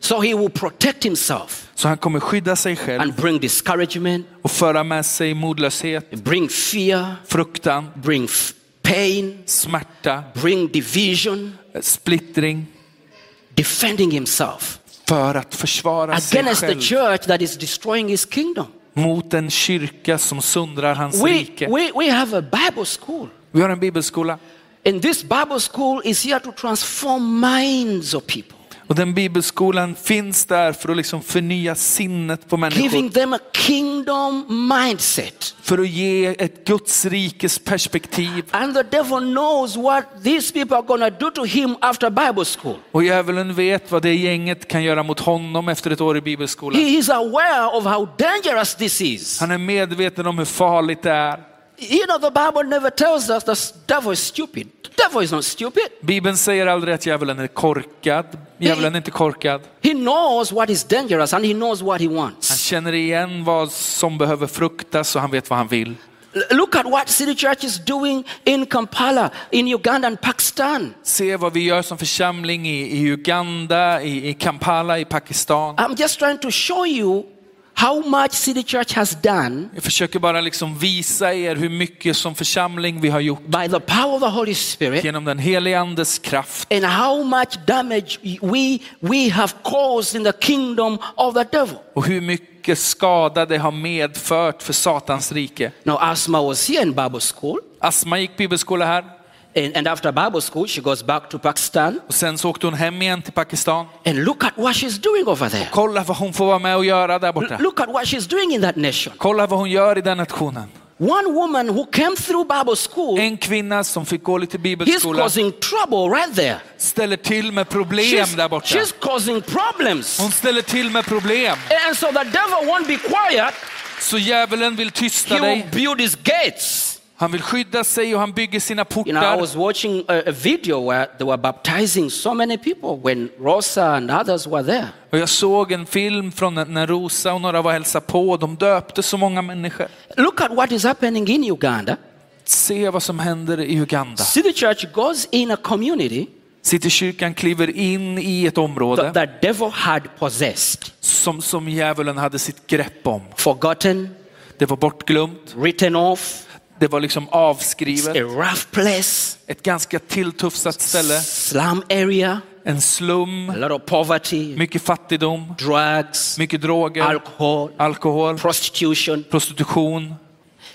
Speaker 1: So he will protect himself
Speaker 2: Så han kommer skydda sig själv
Speaker 1: and bring discouragement,
Speaker 2: och föra med sig modlöshet,
Speaker 1: bring fear,
Speaker 2: fruktan,
Speaker 1: bring f- pain,
Speaker 2: smärta,
Speaker 1: bring division,
Speaker 2: splittring
Speaker 1: defending himself
Speaker 2: för att försvara sig
Speaker 1: against the
Speaker 2: själv
Speaker 1: church that is destroying his kingdom.
Speaker 2: mot en kyrka som sundrar hans
Speaker 1: We,
Speaker 2: rike.
Speaker 1: we, we have a Bible school.
Speaker 2: Vi har en bibelskola
Speaker 1: And this Bible school is here to transform minds of people,
Speaker 2: och den bibelskolan finns där för att liksom förnya sinnet på
Speaker 1: giving
Speaker 2: människor.
Speaker 1: them a kingdom mindset.
Speaker 2: För att ge ett Guds rikes perspektiv.
Speaker 1: And the devil knows what these people are going to do to him after Bible school.
Speaker 2: Och djävulen vet vad det gänget kan göra mot honom efter ett år i bibelskolan.
Speaker 1: He is aware of how dangerous this is.
Speaker 2: Han är medveten om hur farligt det är.
Speaker 1: You know, the Bible never tells us the devil is stupid. The devil is not stupid.
Speaker 2: Bibeln säger aldrig att djävulen är korkad. Djävulen är inte korkad.
Speaker 1: He knows what is dangerous and he knows what he
Speaker 2: Han
Speaker 1: wants.
Speaker 2: känner igen vad som behöver fruktas och han vet vad han vill.
Speaker 1: L- Look at what City Church is doing in Kampala, in Uganda and Pakistan.
Speaker 2: Se vad vi gör som församling i, i Uganda, i, i Kampala, i Pakistan.
Speaker 1: I'm just trying to show you how much City Church has done
Speaker 2: Jag försöker bara liksom visa er hur mycket som församling vi har gjort
Speaker 1: by the power of the Holy Spirit.
Speaker 2: genom den helige andes kraft
Speaker 1: and how much damage we, we have caused in the kingdom of the devil.
Speaker 2: och hur mycket skada det har medfört för Satans rike.
Speaker 1: Now, Asma was here in Bible school,
Speaker 2: Asma gick bibelskola här
Speaker 1: and, and after Bible school, she goes back to Pakistan.
Speaker 2: och sen så åkte hon hem igen till Pakistan.
Speaker 1: And look at what she's doing over there.
Speaker 2: Kolla vad hon får vara med och göra där borta.
Speaker 1: L- Look at what she's doing in that nation.
Speaker 2: Kolla vad hon gör i den nationen.
Speaker 1: One woman who came through Bible school
Speaker 2: En kvinna som fick gå lite
Speaker 1: is
Speaker 2: bibelskola
Speaker 1: causing trouble right there.
Speaker 2: ställer till med problem
Speaker 1: She's,
Speaker 2: där borta.
Speaker 1: she's causing problems.
Speaker 2: Hon ställer till med problem.
Speaker 1: And so the devil won't be quiet.
Speaker 2: Så djävulen vill tysta
Speaker 1: He will
Speaker 2: dig.
Speaker 1: build his gates.
Speaker 2: Han vill skydda sig och han bygger sina
Speaker 1: You know, I
Speaker 2: portar.
Speaker 1: was watching a, a video where they were baptizing so many people when Rosa and others were there.
Speaker 2: Och jag såg en film från när- när Rosa och några var och hälsade på. och De döpte så många människor.
Speaker 1: Look at what is happening in Uganda.
Speaker 2: Se vad som händer i Uganda.
Speaker 1: See, the church goes in a community
Speaker 2: Citykyrkan kliver in i ett
Speaker 1: that
Speaker 2: område
Speaker 1: the devil had possessed,
Speaker 2: som, som djävulen hade sitt grepp om.
Speaker 1: forgotten,
Speaker 2: Det var bortglömt.
Speaker 1: written off.
Speaker 2: Det var liksom
Speaker 1: It's
Speaker 2: avskrivet.
Speaker 1: a rough place,
Speaker 2: Ett ganska tilltufsat ställe.
Speaker 1: slum area,
Speaker 2: En
Speaker 1: a
Speaker 2: slum.
Speaker 1: lot of poverty,
Speaker 2: Mycket fattigdom.
Speaker 1: drugs,
Speaker 2: Mycket droger.
Speaker 1: alcohol,
Speaker 2: Alkohol.
Speaker 1: prostitution.
Speaker 2: Prostitution.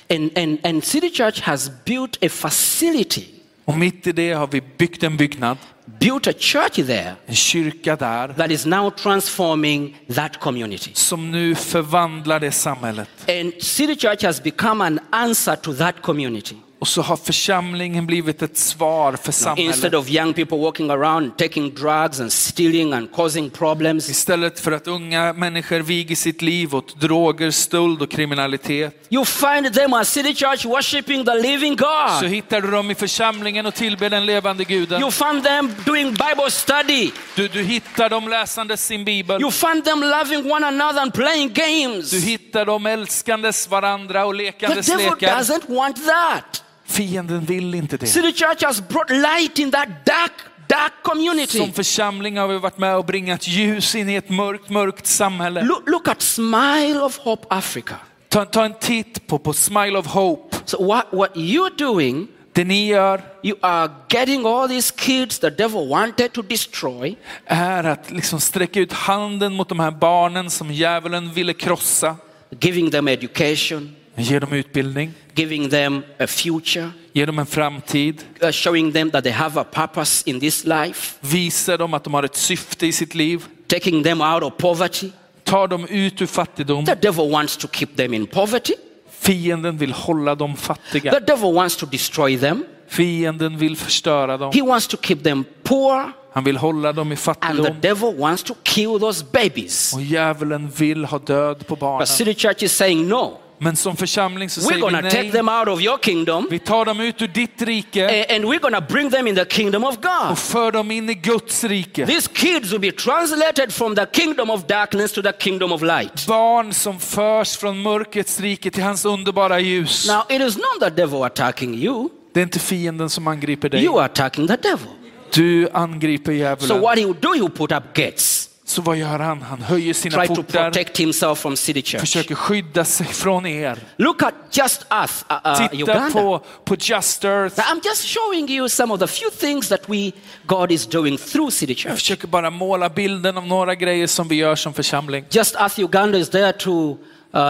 Speaker 1: And, and, and City Church has built a facility,
Speaker 2: Och mitt i det har vi byggt en byggnad,
Speaker 1: built a church there
Speaker 2: en kyrka där,
Speaker 1: that is now transforming that community.
Speaker 2: som nu förvandlar det samhället.
Speaker 1: And City Church has become an answer to that community.
Speaker 2: Och så har församlingen blivit ett svar för
Speaker 1: Instead
Speaker 2: samhället.
Speaker 1: of young people walking around taking drugs and stealing and causing problems,
Speaker 2: Istället för att unga människor viger sitt liv åt droger, stöld och kriminalitet,
Speaker 1: you find them at City Church worshiping the living
Speaker 2: så
Speaker 1: God.
Speaker 2: hittar du dem i församlingen och tillber den levande
Speaker 1: You
Speaker 2: guden.
Speaker 1: find them doing Bible study.
Speaker 2: Du, du hittar dem läsandes sin bibel.
Speaker 1: You find them loving one another and playing
Speaker 2: Du
Speaker 1: games.
Speaker 2: hittar dem älskandes varandra och
Speaker 1: The
Speaker 2: lekandes
Speaker 1: devil
Speaker 2: lekar.
Speaker 1: doesn't want that.
Speaker 2: Fienden vill inte det.
Speaker 1: City Church has brought light in that dark, dark
Speaker 2: Som
Speaker 1: community.
Speaker 2: församling har vi varit med och bringat ljus in i ett mörkt, mörkt samhälle.
Speaker 1: Look, look at Smile of Hope Africa.
Speaker 2: Ta, ta en titt på, på Smile of Hope.
Speaker 1: So what, what you're doing,
Speaker 2: Det ni gör
Speaker 1: you are getting all these kids the devil wanted to destroy,
Speaker 2: är att liksom sträcka ut handen mot de här barnen som djävulen ville krossa.
Speaker 1: giving them education,
Speaker 2: Ge dem utbildning,
Speaker 1: giving them a future,
Speaker 2: ge dem en framtid,
Speaker 1: uh, showing them that they have a purpose in this life,
Speaker 2: visa dem att de har ett syfte i sitt liv,
Speaker 1: taking them out of poverty.
Speaker 2: ta dem ut ur fattigdom.
Speaker 1: The devil wants to keep them in poverty.
Speaker 2: Fienden vill hålla dem
Speaker 1: The
Speaker 2: fattiga,
Speaker 1: devil wants to destroy them.
Speaker 2: fienden vill förstöra dem,
Speaker 1: He wants to keep them poor.
Speaker 2: han vill hålla dem i
Speaker 1: And the
Speaker 2: fattigdom
Speaker 1: devil wants to kill those babies.
Speaker 2: och djävulen vill ha död på
Speaker 1: But
Speaker 2: barnen.
Speaker 1: City Church is saying, no,
Speaker 2: Men som församling så
Speaker 1: we're
Speaker 2: säger
Speaker 1: going
Speaker 2: vi
Speaker 1: to take
Speaker 2: nej.
Speaker 1: them Eh. out of your kingdom
Speaker 2: Vi tar dem ut ur ditt rike
Speaker 1: a- and we're going to bring them in the kingdom of God.
Speaker 2: och för dem in i Guds rike.
Speaker 1: These kids will be translated from the kingdom of darkness to the kingdom of light.
Speaker 2: Barn som förs från mörkrets rike till hans underbara ljus.
Speaker 1: Now, it is not the devil attacking you,
Speaker 2: Det är inte fienden som angriper dig.
Speaker 1: you are attacking the devil.
Speaker 2: Du angriper
Speaker 1: So,
Speaker 2: djävulen.
Speaker 1: what he will do, he will put up gates,
Speaker 2: Så vad gör han? Han höjer sina
Speaker 1: try to
Speaker 2: portar,
Speaker 1: protect himself from city church.
Speaker 2: försöker skydda sig från er.
Speaker 1: Look at just us, uh, uh,
Speaker 2: Titta
Speaker 1: Uganda. Ah.
Speaker 2: på, på Just Earth.
Speaker 1: Now, I'm just showing you some of the few things that we God is doing through city
Speaker 2: Jag
Speaker 1: church.
Speaker 2: försöker bara måla bilden av några grejer som vi gör som församling.
Speaker 1: Just us, Uganda is there to uh,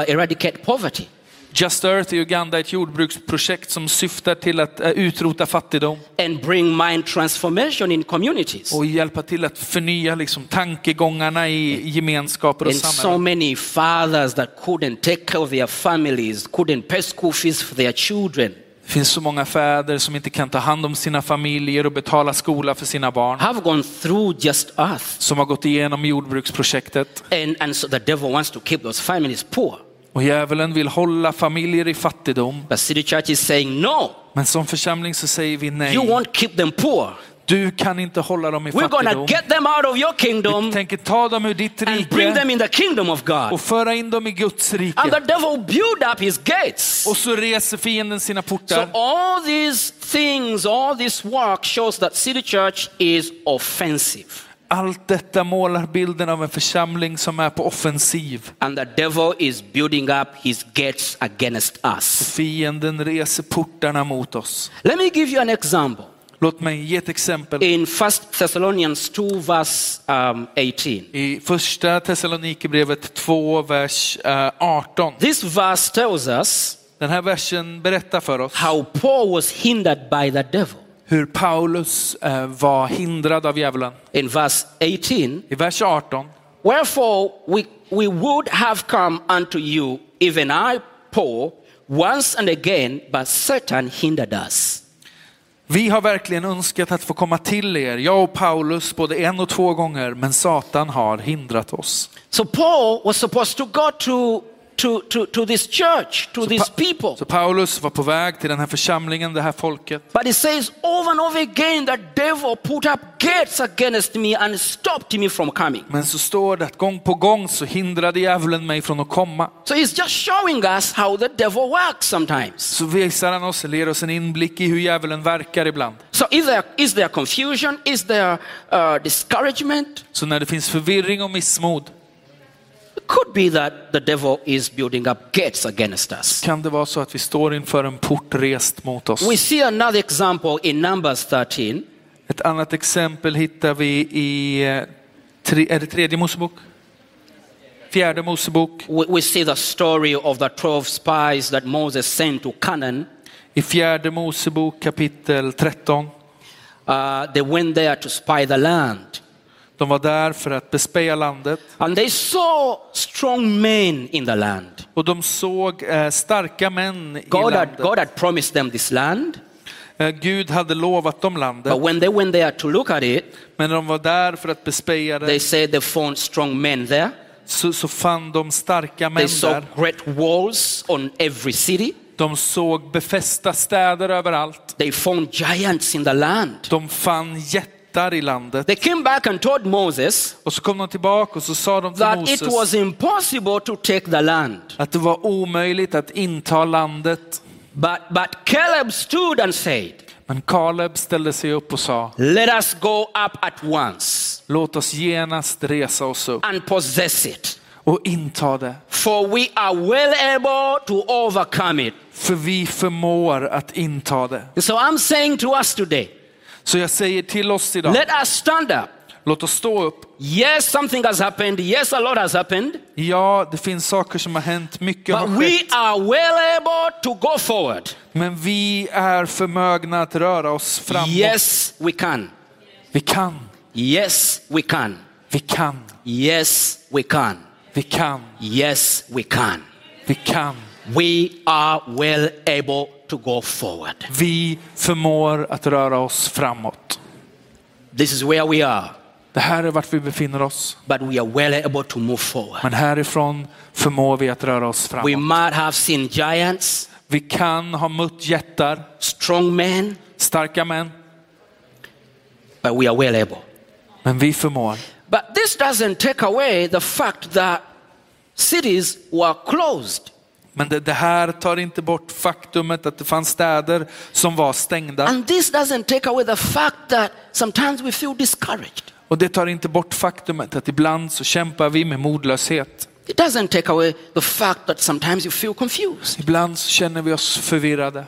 Speaker 1: eradicate poverty.
Speaker 2: Just Earth i Uganda är ett jordbruksprojekt som syftar till att eh, utrota fattigdom.
Speaker 1: and bring mind transformation in communities.
Speaker 2: och hjälpa till att förnya liksom, tankegångarna i gemenskaper och
Speaker 1: And so
Speaker 2: samhällen.
Speaker 1: many fathers that couldn't take care of their families, couldn't pay school fees for their children,
Speaker 2: Det finns så många fäder som inte kan ta hand om sina familjer och betala skola för sina barn.
Speaker 1: have gone through just us.
Speaker 2: Som har gått igenom jordbruksprojektet.
Speaker 1: And, and so the devil wants to keep those families poor.
Speaker 2: Och djävulen vill hålla familjer i fattigdom.
Speaker 1: But City Church is saying, no,
Speaker 2: Men som församling så säger vi
Speaker 1: you
Speaker 2: nej.
Speaker 1: won't keep them poor.
Speaker 2: Du kan inte hålla dem i
Speaker 1: We're going to
Speaker 2: fattigdom.
Speaker 1: get them out of your
Speaker 2: Vi
Speaker 1: kingdom
Speaker 2: tänker ta dem ur ditt
Speaker 1: and bring
Speaker 2: rike
Speaker 1: them in the kingdom of God.
Speaker 2: och föra in dem i Guds
Speaker 1: And the
Speaker 2: rike.
Speaker 1: devil build up his gates.
Speaker 2: Och så reser fienden sina
Speaker 1: So
Speaker 2: portar.
Speaker 1: all these things, all this work shows that City Church is offensive.
Speaker 2: Allt detta målar bilden av en församling som är på offensiv.
Speaker 1: And the devil is building up his gates against us.
Speaker 2: Fienden reser portarna mot oss.
Speaker 1: Let me give you an example.
Speaker 2: Låt mig ge ett exempel.
Speaker 1: In 1 Thessalonians 2, verse um, 18,
Speaker 2: I första Thessalonikerbrevet 2, vers eh, 18.
Speaker 1: this verse tells us
Speaker 2: Den här versen berättar för oss
Speaker 1: how Paul was hindered by the devil.
Speaker 2: hur Paulus eh, var hindrad av djävulen.
Speaker 1: In verse 18,
Speaker 2: I vers 18.
Speaker 1: wherefore we, we would have come unto you, even I, Paul, once and again, but Satan hindered us.
Speaker 2: Vi har verkligen önskat att få komma till er, jag och Paulus, både en och två gånger, men Satan har hindrat oss.
Speaker 1: So Paul was supposed to go to, to, to, to this church, to these people.
Speaker 2: Så Paulus var på väg till den här församlingen, det här folket.
Speaker 1: But it says over and over again the devil put up gates against me and stopped me from coming.
Speaker 2: Men så står det att gång på gång så hindrade djävulen mig från att komma.
Speaker 1: So it's just showing us how the devil works sometimes.
Speaker 2: så visar han oss, eller ger oss en inblick i hur djävulen verkar ibland.
Speaker 1: So is there, is there confusion? Is there uh, discouragement?
Speaker 2: Så när det finns förvirring och missmod
Speaker 1: It could be that the devil is building up gates against us.
Speaker 2: kan det vara så att vi står inför en port rest mot
Speaker 1: We
Speaker 2: oss.
Speaker 1: see another example in Numbers 13.
Speaker 2: Ett annat exempel hittar vi i eh, tre, är det tredje Mosebok? Fjärde Mosebok.
Speaker 1: We, we see the story of the 12 spies that Moses sent to Canaan.
Speaker 2: I fjärde Mosebok kapitel 13.
Speaker 1: Uh, they went there to spy the land.
Speaker 2: De var där för att bespeja landet
Speaker 1: And they saw strong men in the land.
Speaker 2: och de såg eh, starka män i
Speaker 1: God had,
Speaker 2: landet.
Speaker 1: God had promised them this land,
Speaker 2: Eh, Gud hade lovat dem
Speaker 1: but
Speaker 2: landet,
Speaker 1: when they went there to look at it,
Speaker 2: men de var där för att bespeja det.
Speaker 1: they said they found strong men there.
Speaker 2: så, så fann de
Speaker 1: They
Speaker 2: starka män
Speaker 1: saw
Speaker 2: där.
Speaker 1: great walls on every city.
Speaker 2: De såg befästa städer överallt.
Speaker 1: They found giants in the land.
Speaker 2: De fann jättar i landet.
Speaker 1: They came back and told Moses
Speaker 2: Och så kom de tillbaka och så sa de till
Speaker 1: that it was
Speaker 2: Moses
Speaker 1: impossible to take the land.
Speaker 2: att det var omöjligt att inta landet.
Speaker 1: But, but Caleb stood and said,
Speaker 2: Men Kaleb ställde sig upp och sa,
Speaker 1: Let us go up at once
Speaker 2: låt oss genast resa oss upp
Speaker 1: and possess it,
Speaker 2: och inta det,
Speaker 1: for we are well able to overcome it.
Speaker 2: för vi förmår att inta det.
Speaker 1: So I'm saying to us today,
Speaker 2: Så jag säger till oss idag,
Speaker 1: let us stand up.
Speaker 2: låt oss stå upp.
Speaker 1: Yes, something has happened. Yes, a lot has happened.
Speaker 2: Ja, det finns saker som har hänt, mycket har
Speaker 1: But
Speaker 2: skett,
Speaker 1: we are well able to go forward.
Speaker 2: men vi är förmögna att röra oss framåt.
Speaker 1: Yes, we can.
Speaker 2: Vi kan,
Speaker 1: Yes, we can.
Speaker 2: vi kan,
Speaker 1: Yes, we can.
Speaker 2: vi kan,
Speaker 1: Yes, we can.
Speaker 2: vi kan.
Speaker 1: We are well able to go forward.
Speaker 2: Vi förmår att röra oss framåt.
Speaker 1: This is where we are,
Speaker 2: Det här är vart vi befinner oss,
Speaker 1: but we are well able to move forward.
Speaker 2: men härifrån förmår vi att röra oss
Speaker 1: We
Speaker 2: framåt.
Speaker 1: might have seen giants,
Speaker 2: Vi kan ha mött jättar,
Speaker 1: strong men,
Speaker 2: starka män,
Speaker 1: but we are well able.
Speaker 2: men vi förmår.
Speaker 1: But this doesn't take away the fact that cities were closed
Speaker 2: Men det, det här tar inte bort faktumet att det fanns städer som var stängda.
Speaker 1: And this doesn't take away the fact that sometimes we feel discouraged.
Speaker 2: Och det tar inte bort faktumet att ibland så kämpar vi med modlöshet.
Speaker 1: It doesn't take away the fact that sometimes you feel confused.
Speaker 2: Ibland så känner vi oss förvirrade.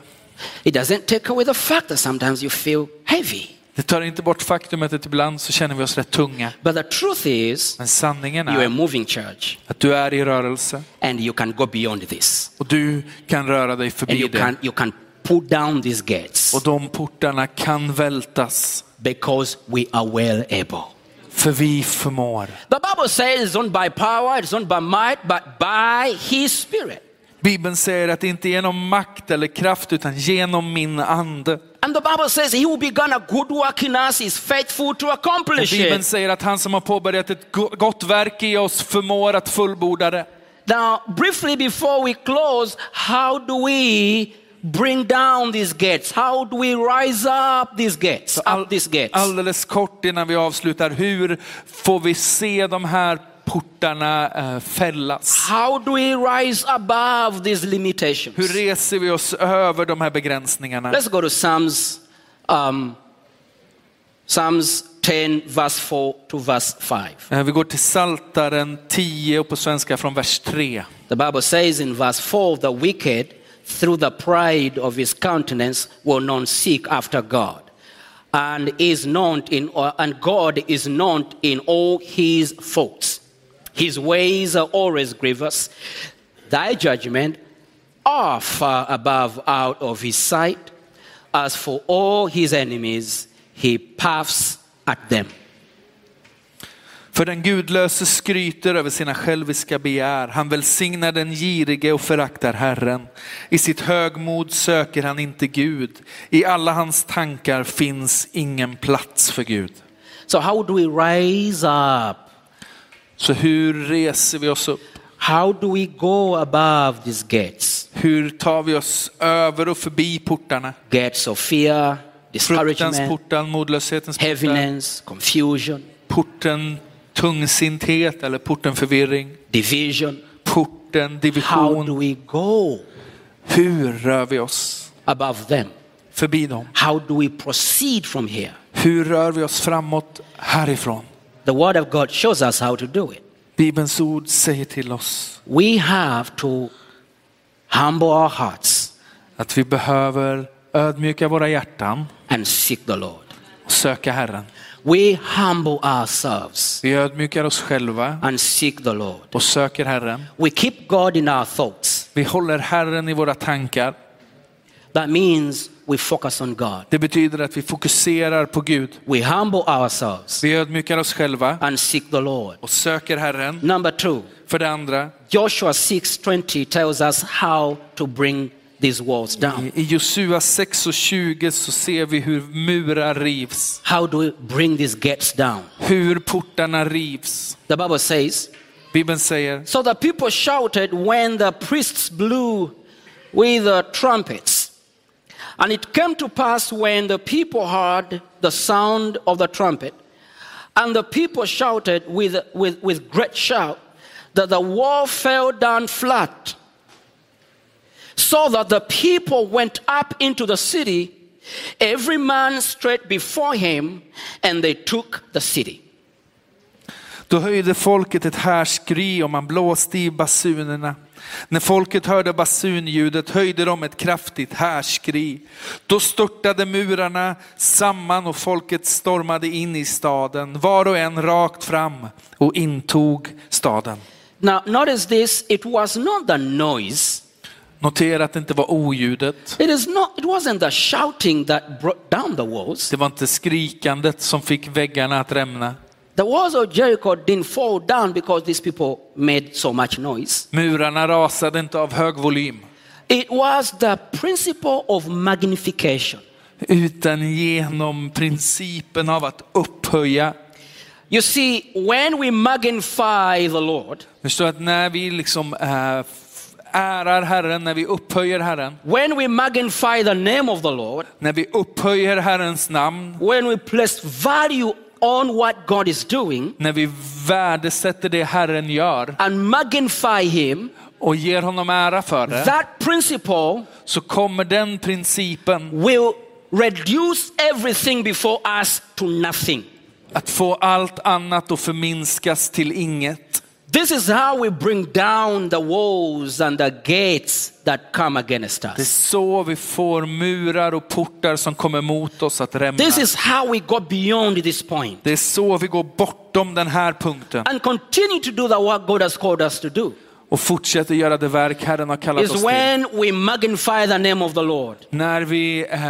Speaker 1: It doesn't take away the fact that sometimes you feel heavy.
Speaker 2: Det tar inte bort faktumet att ibland så känner vi oss rätt tunga.
Speaker 1: But the truth is,
Speaker 2: Men sanningen
Speaker 1: you're a
Speaker 2: är
Speaker 1: moving church
Speaker 2: att du är i rörelse
Speaker 1: and you can go beyond this.
Speaker 2: och du kan röra dig
Speaker 1: And
Speaker 2: förbi
Speaker 1: you
Speaker 2: det.
Speaker 1: can, you can pull down these gates
Speaker 2: Och de portarna kan vältas,
Speaker 1: because we are well able.
Speaker 2: för vi förmår.
Speaker 1: The Bible says it's not by power, it's not by might, but by His Spirit.
Speaker 2: Bibeln säger att det inte är genom makt eller kraft utan genom min ande.
Speaker 1: And the Bible says He who began a good work in us is faithful to
Speaker 2: Och
Speaker 1: accomplish it.
Speaker 2: Bibeln säger att han som har påbörjat ett go- gott verk i oss förmår att fullborda det.
Speaker 1: Now, briefly before we close, how do we bring down these gates? How do we rise up these gates?
Speaker 2: All-
Speaker 1: up these gates.
Speaker 2: Alldeles kort innan vi avslutar, hur får vi se de här portarna eh, fällas?
Speaker 1: how do we rise above these limitations?
Speaker 2: Hur reser vi oss över de här begränsningarna?
Speaker 1: Let's go to Psalms, um, Psalms 10, verse 4 to verse 5.
Speaker 2: Eh, Vi går till Saltaren 10 och på svenska från vers 3.
Speaker 1: The Bible says in verse 4 the wicked, through the pride of his countenance, will not seek after God. And is not in uh, and God is not in all his faults. His ways are always grievous. Thy judgment are far above out of his sight. As for all his enemies, he puffs at them.
Speaker 2: För den gudlöse skryter över sina själviska begär. Han välsignar den girige och föraktar Herren. I sitt högmod söker han inte Gud. I alla hans tankar finns ingen plats för Gud.
Speaker 1: So how do we rise up?
Speaker 2: Så hur reser vi oss upp?
Speaker 1: How do we go above these gates?
Speaker 2: Hur tar vi oss över och förbi portarna?
Speaker 1: gates of fear,
Speaker 2: Fruktans
Speaker 1: discouragement,
Speaker 2: portar, modlöshetens portar,
Speaker 1: heaviness, confusion,
Speaker 2: porten tungsinthet eller porten förvirring,
Speaker 1: division.
Speaker 2: porten
Speaker 1: How do
Speaker 2: division.
Speaker 1: we go
Speaker 2: Hur rör vi oss
Speaker 1: above them?
Speaker 2: förbi dem?
Speaker 1: How do we proceed from here?
Speaker 2: Hur rör vi oss framåt härifrån?
Speaker 1: The Word of God shows us how to do it.
Speaker 2: Bibelns ord säger till oss
Speaker 1: We have to humble our hearts
Speaker 2: att vi behöver ödmjuka våra hjärtan
Speaker 1: and seek the Lord.
Speaker 2: och söka Herren.
Speaker 1: We humble ourselves
Speaker 2: Vi ödmjukar oss själva
Speaker 1: and seek the Lord.
Speaker 2: och söker Herren.
Speaker 1: We keep God in our thoughts.
Speaker 2: Vi håller Herren i våra tankar.
Speaker 1: That means we focus on God.
Speaker 2: Det betyder att vi fokuserar på Gud.
Speaker 1: We humble ourselves
Speaker 2: Vi ödmjukar oss själva
Speaker 1: and seek the Lord.
Speaker 2: och söker Herren.
Speaker 1: Number two,
Speaker 2: För det andra,
Speaker 1: Joshua 6:20 tells us how to bring these walls down.
Speaker 2: i Josua 6 och 20 så ser vi hur murar rivs,
Speaker 1: How do we bring these gates down?
Speaker 2: hur portarna rivs.
Speaker 1: The Bible says,
Speaker 2: Bibeln säger,
Speaker 1: "So the people shouted when the priests blew with the trumpets. And it came to pass when the people heard the sound of the trumpet, and the people shouted with, with, with great shout, that the wall fell down flat. saw that the people went up into the city, every man straight before him, and they took the city.
Speaker 2: Då höjde folket ett härskri och man blåste i basunerna. När folket hörde basunljudet höjde de ett kraftigt härskri. Då störtade murarna samman och folket stormade in i staden, var och en rakt fram och intog staden.
Speaker 1: Now, notice this it was not the noise,
Speaker 2: Notera att det inte var oljudet.
Speaker 1: it, is not, it wasn't the shouting that brought down the walls.
Speaker 2: Det var inte skrikandet som fick väggarna att rämna.
Speaker 1: The walls of Jericho didn't fall down because these people made so much noise.
Speaker 2: Murarna rasade inte av hög volym,
Speaker 1: It was the principle of magnification.
Speaker 2: utan genom principen av att upphöja.
Speaker 1: You see, when we magnify the Lord,
Speaker 2: Förstår att när vi liksom eh, f- ärar Herren, när vi upphöjer Herren,
Speaker 1: when we magnify the name of the Lord,
Speaker 2: när vi upphöjer Herrens namn,
Speaker 1: when we place value on what God is doing
Speaker 2: när vi värdesätter det Herren gör
Speaker 1: and magnify Him,
Speaker 2: och ger honom ära för det,
Speaker 1: that principle
Speaker 2: så kommer den principen
Speaker 1: will reduce everything before us to nothing.
Speaker 2: att få allt annat att förminskas till inget.
Speaker 1: This is how we bring down the walls and the gates that come against
Speaker 2: Det är
Speaker 1: us.
Speaker 2: så vi får murar och portar som kommer mot oss att rämna.
Speaker 1: This is how we go beyond this point
Speaker 2: Det är så vi går bortom den här punkten
Speaker 1: and continue to do the work God has called us to do.
Speaker 2: och fortsätter göra det verk Herren har kallat
Speaker 1: Is
Speaker 2: oss till.
Speaker 1: when we magnify the name of the Lord,
Speaker 2: När vi eh,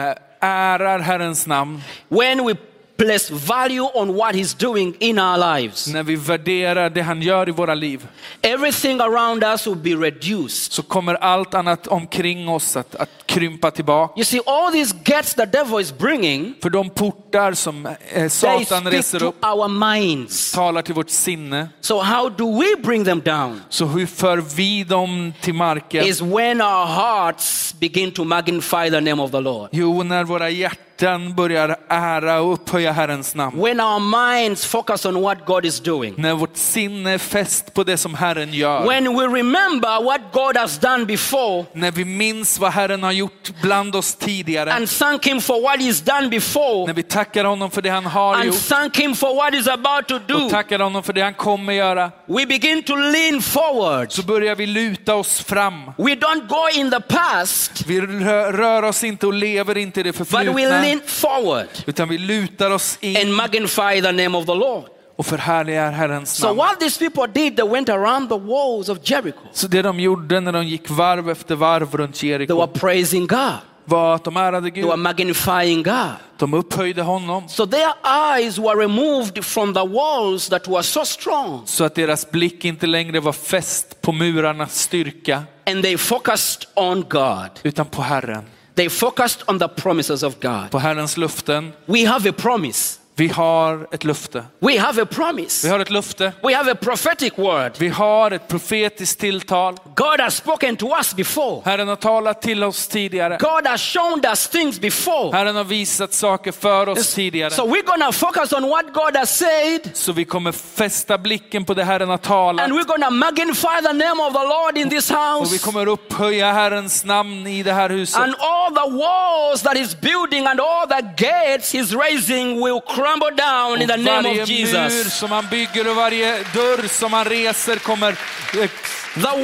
Speaker 2: ärar Herrens namn,
Speaker 1: when we place value on what He's doing in our lives.
Speaker 2: när vi värderar det han gör i våra liv,
Speaker 1: Everything around us will be reduced.
Speaker 2: så kommer allt annat omkring oss att, att krympa tillbaka.
Speaker 1: You see, all these gates the devil is bringing,
Speaker 2: För de portar som eh,
Speaker 1: they
Speaker 2: Satan
Speaker 1: speak
Speaker 2: reser
Speaker 1: to
Speaker 2: upp
Speaker 1: our minds.
Speaker 2: talar till vårt sinne.
Speaker 1: So, how do we bring them down?
Speaker 2: Så hur för vi dem till marken?
Speaker 1: Is when our hearts begin to magnify the name of the Lord.
Speaker 2: Jo, när våra hjärtan börjar ära och upphöja Herrens namn.
Speaker 1: When our minds focus on what God is doing.
Speaker 2: När vårt sinne är fäst på det som Herren gör.
Speaker 1: When we remember what God has done before
Speaker 2: När vi minns vad Herren har gjort bland oss tidigare.
Speaker 1: and thank Him for what He's done before
Speaker 2: när vi tackar honom för det han har
Speaker 1: and
Speaker 2: gjort
Speaker 1: thank Him for what He's about to do,
Speaker 2: och tackar honom för det han kommer göra,
Speaker 1: we begin to lean forward.
Speaker 2: så börjar vi luta oss fram.
Speaker 1: We don't go in the past,
Speaker 2: Vi rö- rör oss inte och lever inte i det
Speaker 1: but we lean
Speaker 2: förflutna,
Speaker 1: forward
Speaker 2: utan vi lutar oss in
Speaker 1: and magnify the name of the Lord.
Speaker 2: och förhärligar Herrens
Speaker 1: So,
Speaker 2: namn.
Speaker 1: what these people did, they went around the walls of Jericho.
Speaker 2: Så det de gjorde när de gick varv efter varv runt
Speaker 1: They were
Speaker 2: Jeriko
Speaker 1: praising God,
Speaker 2: var att de ärade
Speaker 1: they were
Speaker 2: Gud,
Speaker 1: magnifying God.
Speaker 2: de upphöjde honom,
Speaker 1: So, their eyes were removed from the walls that were so strong,
Speaker 2: så att deras blick inte längre var fäst på murarnas styrka,
Speaker 1: and they focused on God.
Speaker 2: utan på Herren,
Speaker 1: They focused on the promises of God.
Speaker 2: på Herrens löften.
Speaker 1: We have a promise.
Speaker 2: Vi har ett löfte.
Speaker 1: We have a promise.
Speaker 2: Vi har ett löfte.
Speaker 1: We have a prophetic word.
Speaker 2: Vi har ett profetiskt tilltal.
Speaker 1: God has spoken to us before.
Speaker 2: Herren har talat till oss tidigare.
Speaker 1: God has shown us things before.
Speaker 2: Herren har visat saker för oss tidigare.
Speaker 1: So we're going to focus on what God has said
Speaker 2: Så vi kommer fästa blicken på det Herren har talat.
Speaker 1: and we're going to magnify the name of the Lord in this
Speaker 2: Och vi
Speaker 1: house.
Speaker 2: kommer upphöja Herrens namn i det här huset.
Speaker 1: And all the walls that he's building and all the gates he's raising will crumble down in the
Speaker 2: Och
Speaker 1: name
Speaker 2: varje
Speaker 1: of
Speaker 2: mur
Speaker 1: Jesus.
Speaker 2: som man bygger och varje dörr som man reser kommer eh,
Speaker 1: The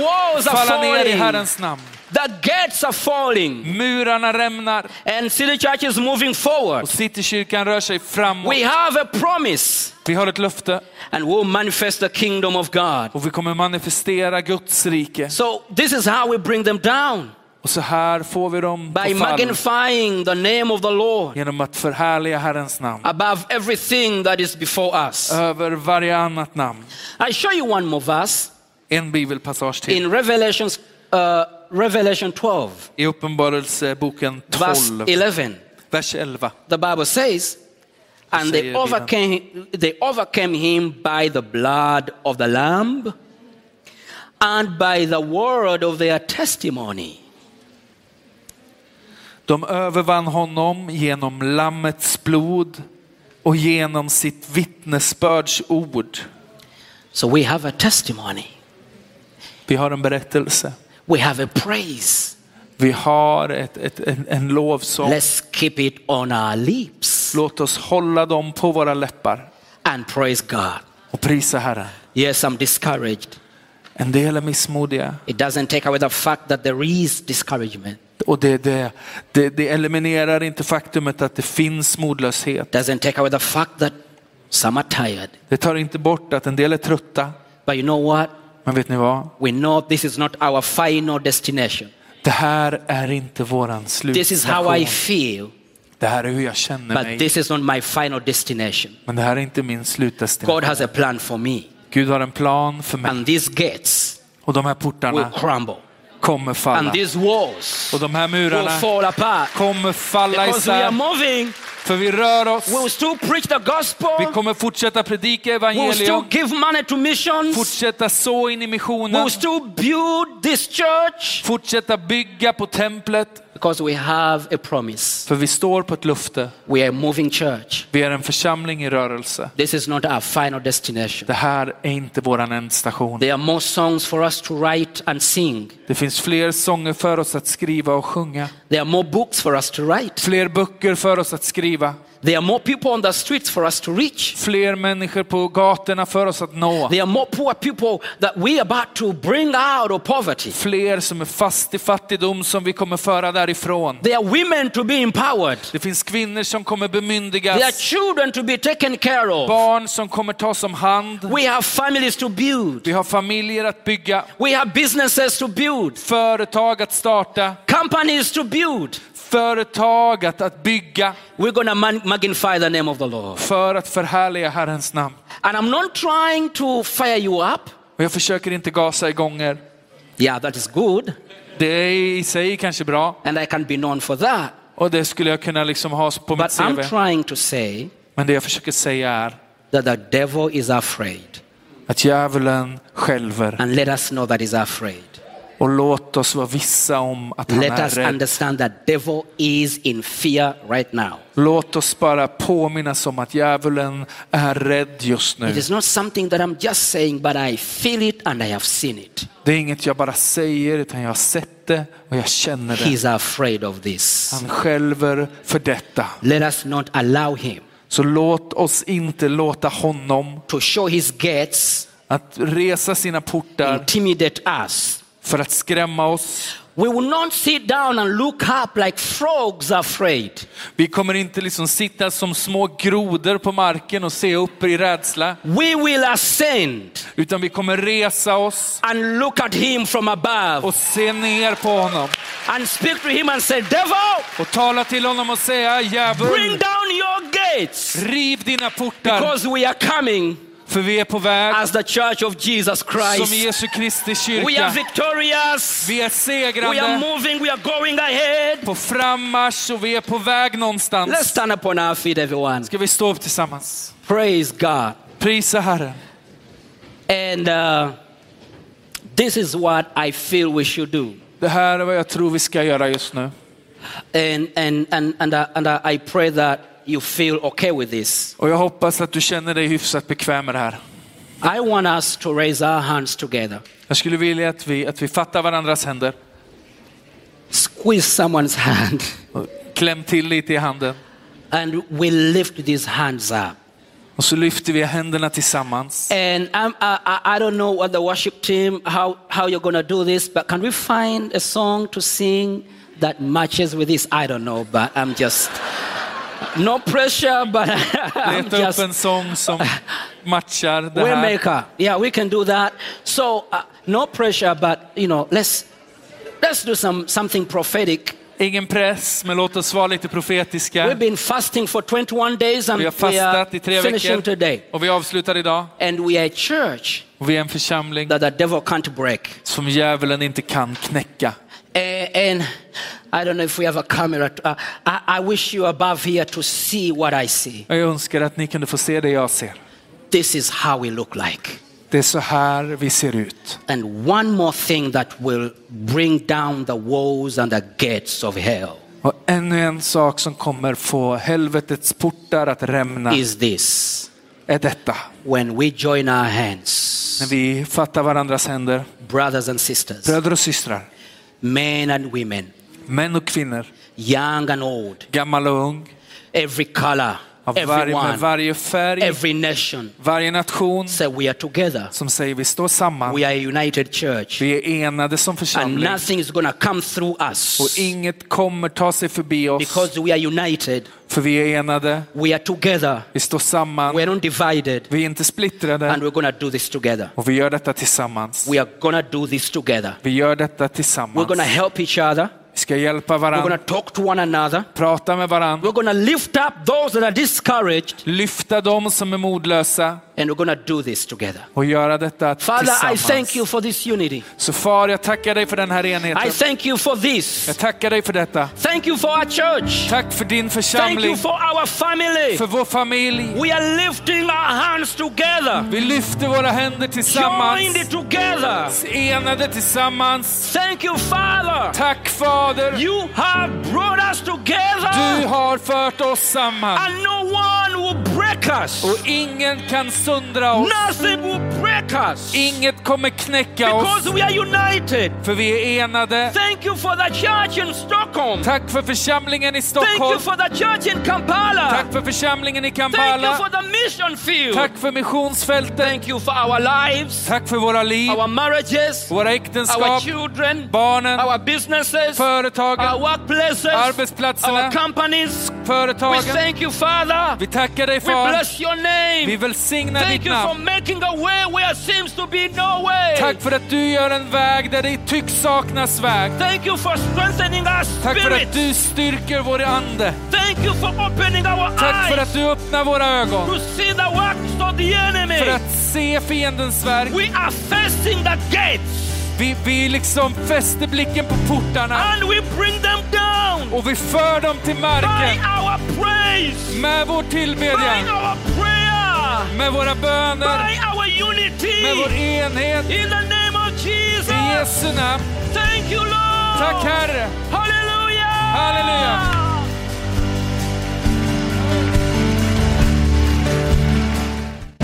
Speaker 1: walls are
Speaker 2: falla ner i
Speaker 1: falling.
Speaker 2: Herrens namn.
Speaker 1: The gates are falling.
Speaker 2: Murarna rämnar
Speaker 1: And City Church is moving forward.
Speaker 2: och Citykyrkan rör sig framåt.
Speaker 1: We have a promise
Speaker 2: Vi har ett löfte
Speaker 1: and we'll manifest the kingdom of God.
Speaker 2: och vi kommer manifestera Guds rike.
Speaker 1: So this is how we bring them down
Speaker 2: Och så här får vi dem på
Speaker 1: by
Speaker 2: fall
Speaker 1: magnifying the name of the Lord.
Speaker 2: genom att förhärliga Herrens namn
Speaker 1: above everything that is before us.
Speaker 2: över varje annat namn.
Speaker 1: I show you one more verse
Speaker 2: En bibelpassage till
Speaker 1: in Revelations, uh, Revelation 12,
Speaker 2: i Uppenbarelseboken
Speaker 1: verse
Speaker 2: 12,
Speaker 1: 11.
Speaker 2: vers 11.
Speaker 1: The Bible says, "And they
Speaker 2: Säger Bibeln.
Speaker 1: overcame, they overcame him by the blood of the Lamb, and by the word of their testimony."
Speaker 2: De övervann honom genom lammets blod och genom sitt vittnesbörds ord.
Speaker 1: So we have a testimony.
Speaker 2: Vi har en berättelse.
Speaker 1: We have a praise.
Speaker 2: Vi har ett, ett, en, en lovsång.
Speaker 1: Let's keep it on our lips
Speaker 2: Låt oss hålla dem på våra läppar
Speaker 1: and praise God.
Speaker 2: och prisa Herren.
Speaker 1: Yes, I'm discouraged.
Speaker 2: En del är missmodiga
Speaker 1: It doesn't take away the fact that there is discouragement.
Speaker 2: och det, det, det, det eliminerar inte faktumet att det finns modlöshet.
Speaker 1: doesn't take away the fact that some are tired.
Speaker 2: Det tar inte bort att en del är trötta.
Speaker 1: But you know what?
Speaker 2: Men vet ni vad?
Speaker 1: We know this is not our final destination.
Speaker 2: Det här är inte våran
Speaker 1: This is how I
Speaker 2: slutstation.
Speaker 1: feel,
Speaker 2: Det här är hur jag känner
Speaker 1: but
Speaker 2: mig.
Speaker 1: this is not my final destination.
Speaker 2: Men det här är inte min
Speaker 1: God
Speaker 2: slutdestination.
Speaker 1: has a plan for me,
Speaker 2: Gud har en plan för mig.
Speaker 1: and these gates
Speaker 2: Och de här
Speaker 1: will
Speaker 2: portarna
Speaker 1: crumble,
Speaker 2: kommer
Speaker 1: and
Speaker 2: falla.
Speaker 1: these walls
Speaker 2: Och de här
Speaker 1: will
Speaker 2: murarna
Speaker 1: fall apart.
Speaker 2: kommer falla
Speaker 1: Because we are
Speaker 2: isär.
Speaker 1: moving,
Speaker 2: För vi rör oss.
Speaker 1: we will still preach the gospel,
Speaker 2: Vi
Speaker 1: we
Speaker 2: kommer fortsätta predika
Speaker 1: will still
Speaker 2: evangelium.
Speaker 1: give money to missions,
Speaker 2: Fortsätta så in i
Speaker 1: we will
Speaker 2: missionen.
Speaker 1: still build this church,
Speaker 2: Fortsätta bygga på templet.
Speaker 1: because we have a promise.
Speaker 2: För vi står på ett lufte.
Speaker 1: We are a moving church.
Speaker 2: Vi är en församling i rörelse.
Speaker 1: This is not our final destination.
Speaker 2: Det här är inte våran ändstation.
Speaker 1: There are more songs for us to write and sing.
Speaker 2: Det finns fler sånger för oss att skriva och sjunga.
Speaker 1: There are more books for us to write.
Speaker 2: Fler böcker för oss att skriva.
Speaker 1: There are more people on the streets for us to reach.
Speaker 2: Fler människor på gatorna för oss att nå.
Speaker 1: There are more poor people that we are about to bring out of poverty.
Speaker 2: Fler som är fast i fattigdom som vi kommer föra därifrån.
Speaker 1: There are women to be empowered.
Speaker 2: Det finns kvinnor som kommer
Speaker 1: There are
Speaker 2: bemyndigas.
Speaker 1: children to be taken care of.
Speaker 2: Barn som kommer tas om hand.
Speaker 1: We have families to build.
Speaker 2: Vi har familjer att bygga.
Speaker 1: We have businesses to build.
Speaker 2: Företag att starta.
Speaker 1: Companies to build.
Speaker 2: Företag att, att bygga.
Speaker 1: We're going to magnify the name of the Lord.
Speaker 2: För att förhärliga Herrens namn.
Speaker 1: And I'm not trying to fire you up.
Speaker 2: Och jag försöker inte gasa igång er.
Speaker 1: Yeah, that is good.
Speaker 2: Det är i sig kanske bra.
Speaker 1: And I can be known for that.
Speaker 2: Och det skulle jag kunna liksom ha på mitt
Speaker 1: But I'm
Speaker 2: CV.
Speaker 1: trying to say
Speaker 2: Men det jag försöker säga är
Speaker 1: that the devil is afraid.
Speaker 2: att djävulen skälver.
Speaker 1: And let us know that he's afraid.
Speaker 2: Och låt oss vara vissa om att han
Speaker 1: Let
Speaker 2: är
Speaker 1: us
Speaker 2: rädd.
Speaker 1: understand that devil is in fear right now.
Speaker 2: Låt oss bara påminnas om att djävulen är rädd just
Speaker 1: It
Speaker 2: nu.
Speaker 1: is not something that I'm just saying, but I feel it and I have seen it.
Speaker 2: Det är inget jag bara säger, utan jag har sett det och jag känner det.
Speaker 1: He's afraid of this.
Speaker 2: Han skälver för detta.
Speaker 1: Let us not allow him
Speaker 2: Så låt oss inte låta honom
Speaker 1: to show his gates,
Speaker 2: att resa sina portar
Speaker 1: intimidate us.
Speaker 2: för att skrämma oss.
Speaker 1: We will not sit down and look up like frogs afraid.
Speaker 2: Vi kommer inte liksom sitta som små grodor på marken och se upp i rädsla,
Speaker 1: We will ascend
Speaker 2: utan vi kommer resa oss
Speaker 1: and look at him from above.
Speaker 2: och se ner på honom
Speaker 1: and speak to him and say, Devil,
Speaker 2: och tala till honom och säga
Speaker 1: bring
Speaker 2: djävul,
Speaker 1: down your gates
Speaker 2: riv dina portar,
Speaker 1: because we are coming
Speaker 2: för vi är på väg
Speaker 1: as the church of Jesus
Speaker 2: som
Speaker 1: Christ.
Speaker 2: Jesu Kristi
Speaker 1: We are
Speaker 2: kyrka.
Speaker 1: victorious.
Speaker 2: Vi är
Speaker 1: We are
Speaker 2: segrande,
Speaker 1: moving. We are going ahead.
Speaker 2: på frammarsch och vi är på väg
Speaker 1: Let's
Speaker 2: någonstans.
Speaker 1: stand upon our feet, everyone.
Speaker 2: Ska vi stå upp tillsammans?
Speaker 1: Praise God.
Speaker 2: Prisa Herren.
Speaker 1: And uh, this is what I feel we should do.
Speaker 2: Det här är vad jag tror vi ska göra just nu.
Speaker 1: And, and, and, and, uh, and uh, I pray that you feel okay with this.
Speaker 2: Och jag hoppas att du känner dig hyfsat bekväm med det här.
Speaker 1: I want us to raise our hands together,
Speaker 2: Jag skulle vilja att vi, att vi fattar varandras händer.
Speaker 1: squeeze someone's hand.
Speaker 2: Kläm till lite i handen.
Speaker 1: and we lift these hands up.
Speaker 2: Och så lyfter vi händerna tillsammans.
Speaker 1: And I'm, I, I I don't know what the worship team, how, how you're going to do this, but can we find a song to sing that matches with this? I don't know, but I'm just, no pressure, but I'm
Speaker 2: Leta upp
Speaker 1: just,
Speaker 2: en sång som matchar det här.
Speaker 1: waymaker. Yeah, we can do that. So uh, no pressure, but you know, let's, let's do some, something prophetic.
Speaker 2: Ingen press, men låt oss vara lite
Speaker 1: We've
Speaker 2: profetiska.
Speaker 1: been fasting for 21 days and
Speaker 2: Vi har
Speaker 1: we are
Speaker 2: fastat i tre
Speaker 1: finishing today.
Speaker 2: veckor och vi avslutar idag.
Speaker 1: And we are a church
Speaker 2: Och vi är en församling
Speaker 1: that the devil can't break.
Speaker 2: som djävulen inte kan knäcka.
Speaker 1: Eh, And I don't know if we have a camera. Uh, I, I wish you above here to see what I see.
Speaker 2: Och jag önskar att ni kunde få se det jag ser.
Speaker 1: This is how we look like.
Speaker 2: Det är så här vi ser ut.
Speaker 1: And one more thing that will bring down the walls and the gates of hell
Speaker 2: Och ännu en sak som kommer få helvetets portar att rämna
Speaker 1: is this.
Speaker 2: är detta.
Speaker 1: When we join our hands,
Speaker 2: När vi fattar varandras händer.
Speaker 1: brothers and sisters,
Speaker 2: Bröder och systrar,
Speaker 1: men and women,
Speaker 2: Män och kvinnor,
Speaker 1: young and old,
Speaker 2: gammal och ung,
Speaker 1: every color,
Speaker 2: av varje, med
Speaker 1: everyone,
Speaker 2: varje färg,
Speaker 1: every nation.
Speaker 2: varje nation
Speaker 1: Say we are together.
Speaker 2: som säger vi står samman,
Speaker 1: We are a united church.
Speaker 2: vi är enade som
Speaker 1: And
Speaker 2: församling
Speaker 1: nothing is going to come through us
Speaker 2: och inget kommer ta sig förbi oss
Speaker 1: because we are united.
Speaker 2: för vi är enade,
Speaker 1: We are together.
Speaker 2: vi står samman,
Speaker 1: We're not divided.
Speaker 2: vi är inte
Speaker 1: And
Speaker 2: splittrade
Speaker 1: we're going to do this together.
Speaker 2: och vi gör detta tillsammans.
Speaker 1: We are going to do this together.
Speaker 2: Vi gör detta
Speaker 1: We're going to
Speaker 2: tillsammans.
Speaker 1: help each other.
Speaker 2: Vi ska hjälpa
Speaker 1: We're going
Speaker 2: varandra,
Speaker 1: to talk to one another.
Speaker 2: prata med varandra,
Speaker 1: We're going to lift up those that are discouraged.
Speaker 2: lyfta dem som är modlösa
Speaker 1: And we're going to do this together.
Speaker 2: och göra detta
Speaker 1: Father, I thank you
Speaker 2: tillsammans.
Speaker 1: for this unity.
Speaker 2: Så far, jag tackar dig för den här
Speaker 1: I
Speaker 2: enheten.
Speaker 1: thank you for this.
Speaker 2: Jag tackar dig för detta.
Speaker 1: Thank you for our church.
Speaker 2: Tack för din
Speaker 1: Thank you
Speaker 2: församling,
Speaker 1: for our family.
Speaker 2: för vår familj.
Speaker 1: We are lifting our hands together,
Speaker 2: Vi lyfter våra händer
Speaker 1: joined
Speaker 2: tillsammans,
Speaker 1: together.
Speaker 2: enade tillsammans.
Speaker 1: Thank you, Father.
Speaker 2: Tack Fader,
Speaker 1: You have brought us
Speaker 2: du
Speaker 1: together,
Speaker 2: har fört oss samman.
Speaker 1: and no one will break us.
Speaker 2: Och ingen kan sundra oss.
Speaker 1: Nothing will break us
Speaker 2: Inget kommer knäcka oss,
Speaker 1: because we are united.
Speaker 2: för vi är enade.
Speaker 1: Thank you for the church in Stockholm.
Speaker 2: Tack för församlingen i
Speaker 1: Thank you
Speaker 2: Stockholm.
Speaker 1: for the church in Kampala.
Speaker 2: Tack för församlingen i
Speaker 1: Thank you for
Speaker 2: Kampala.
Speaker 1: the mission field.
Speaker 2: Tack för missionsfälten.
Speaker 1: Thank you for our lives,
Speaker 2: Tack för våra liv,
Speaker 1: our marriages,
Speaker 2: våra
Speaker 1: our
Speaker 2: äktenskap,
Speaker 1: children,
Speaker 2: barnen,
Speaker 1: our businesses, our
Speaker 2: företagen,
Speaker 1: workplaces, our
Speaker 2: arbetsplatserna,
Speaker 1: companies. We
Speaker 2: företagen.
Speaker 1: thank you, Father.
Speaker 2: Vi tackar dig
Speaker 1: We
Speaker 2: Far.
Speaker 1: bless your
Speaker 2: Vi
Speaker 1: name.
Speaker 2: välsignar ditt
Speaker 1: Thank you for
Speaker 2: namn.
Speaker 1: making a way where seems to be no way.
Speaker 2: Tack för att du gör en väg där det tycks saknas väg.
Speaker 1: Thank you for strengthening our
Speaker 2: Tack för att
Speaker 1: spirit.
Speaker 2: du styrker vår ande.
Speaker 1: Thank you for opening our
Speaker 2: Tack för
Speaker 1: eyes
Speaker 2: att du öppnar våra ögon.
Speaker 1: to see the works of the
Speaker 2: För
Speaker 1: enemy.
Speaker 2: att se fiendens verk.
Speaker 1: We are facing the gates
Speaker 2: Vi, vi liksom fäster blicken på portarna
Speaker 1: and we bring them down
Speaker 2: och vi för dem till
Speaker 1: by
Speaker 2: marken.
Speaker 1: our praise.
Speaker 2: Med vår
Speaker 1: by
Speaker 2: tillbedjan,
Speaker 1: our prayer,
Speaker 2: med våra böner,
Speaker 1: by our
Speaker 2: med vår
Speaker 1: unity.
Speaker 2: enhet.
Speaker 1: In the name of Jesus.
Speaker 2: I Jesu namn.
Speaker 1: Thank you, Lord.
Speaker 2: Tack Herre.
Speaker 1: Hallelujah.
Speaker 2: Halleluja.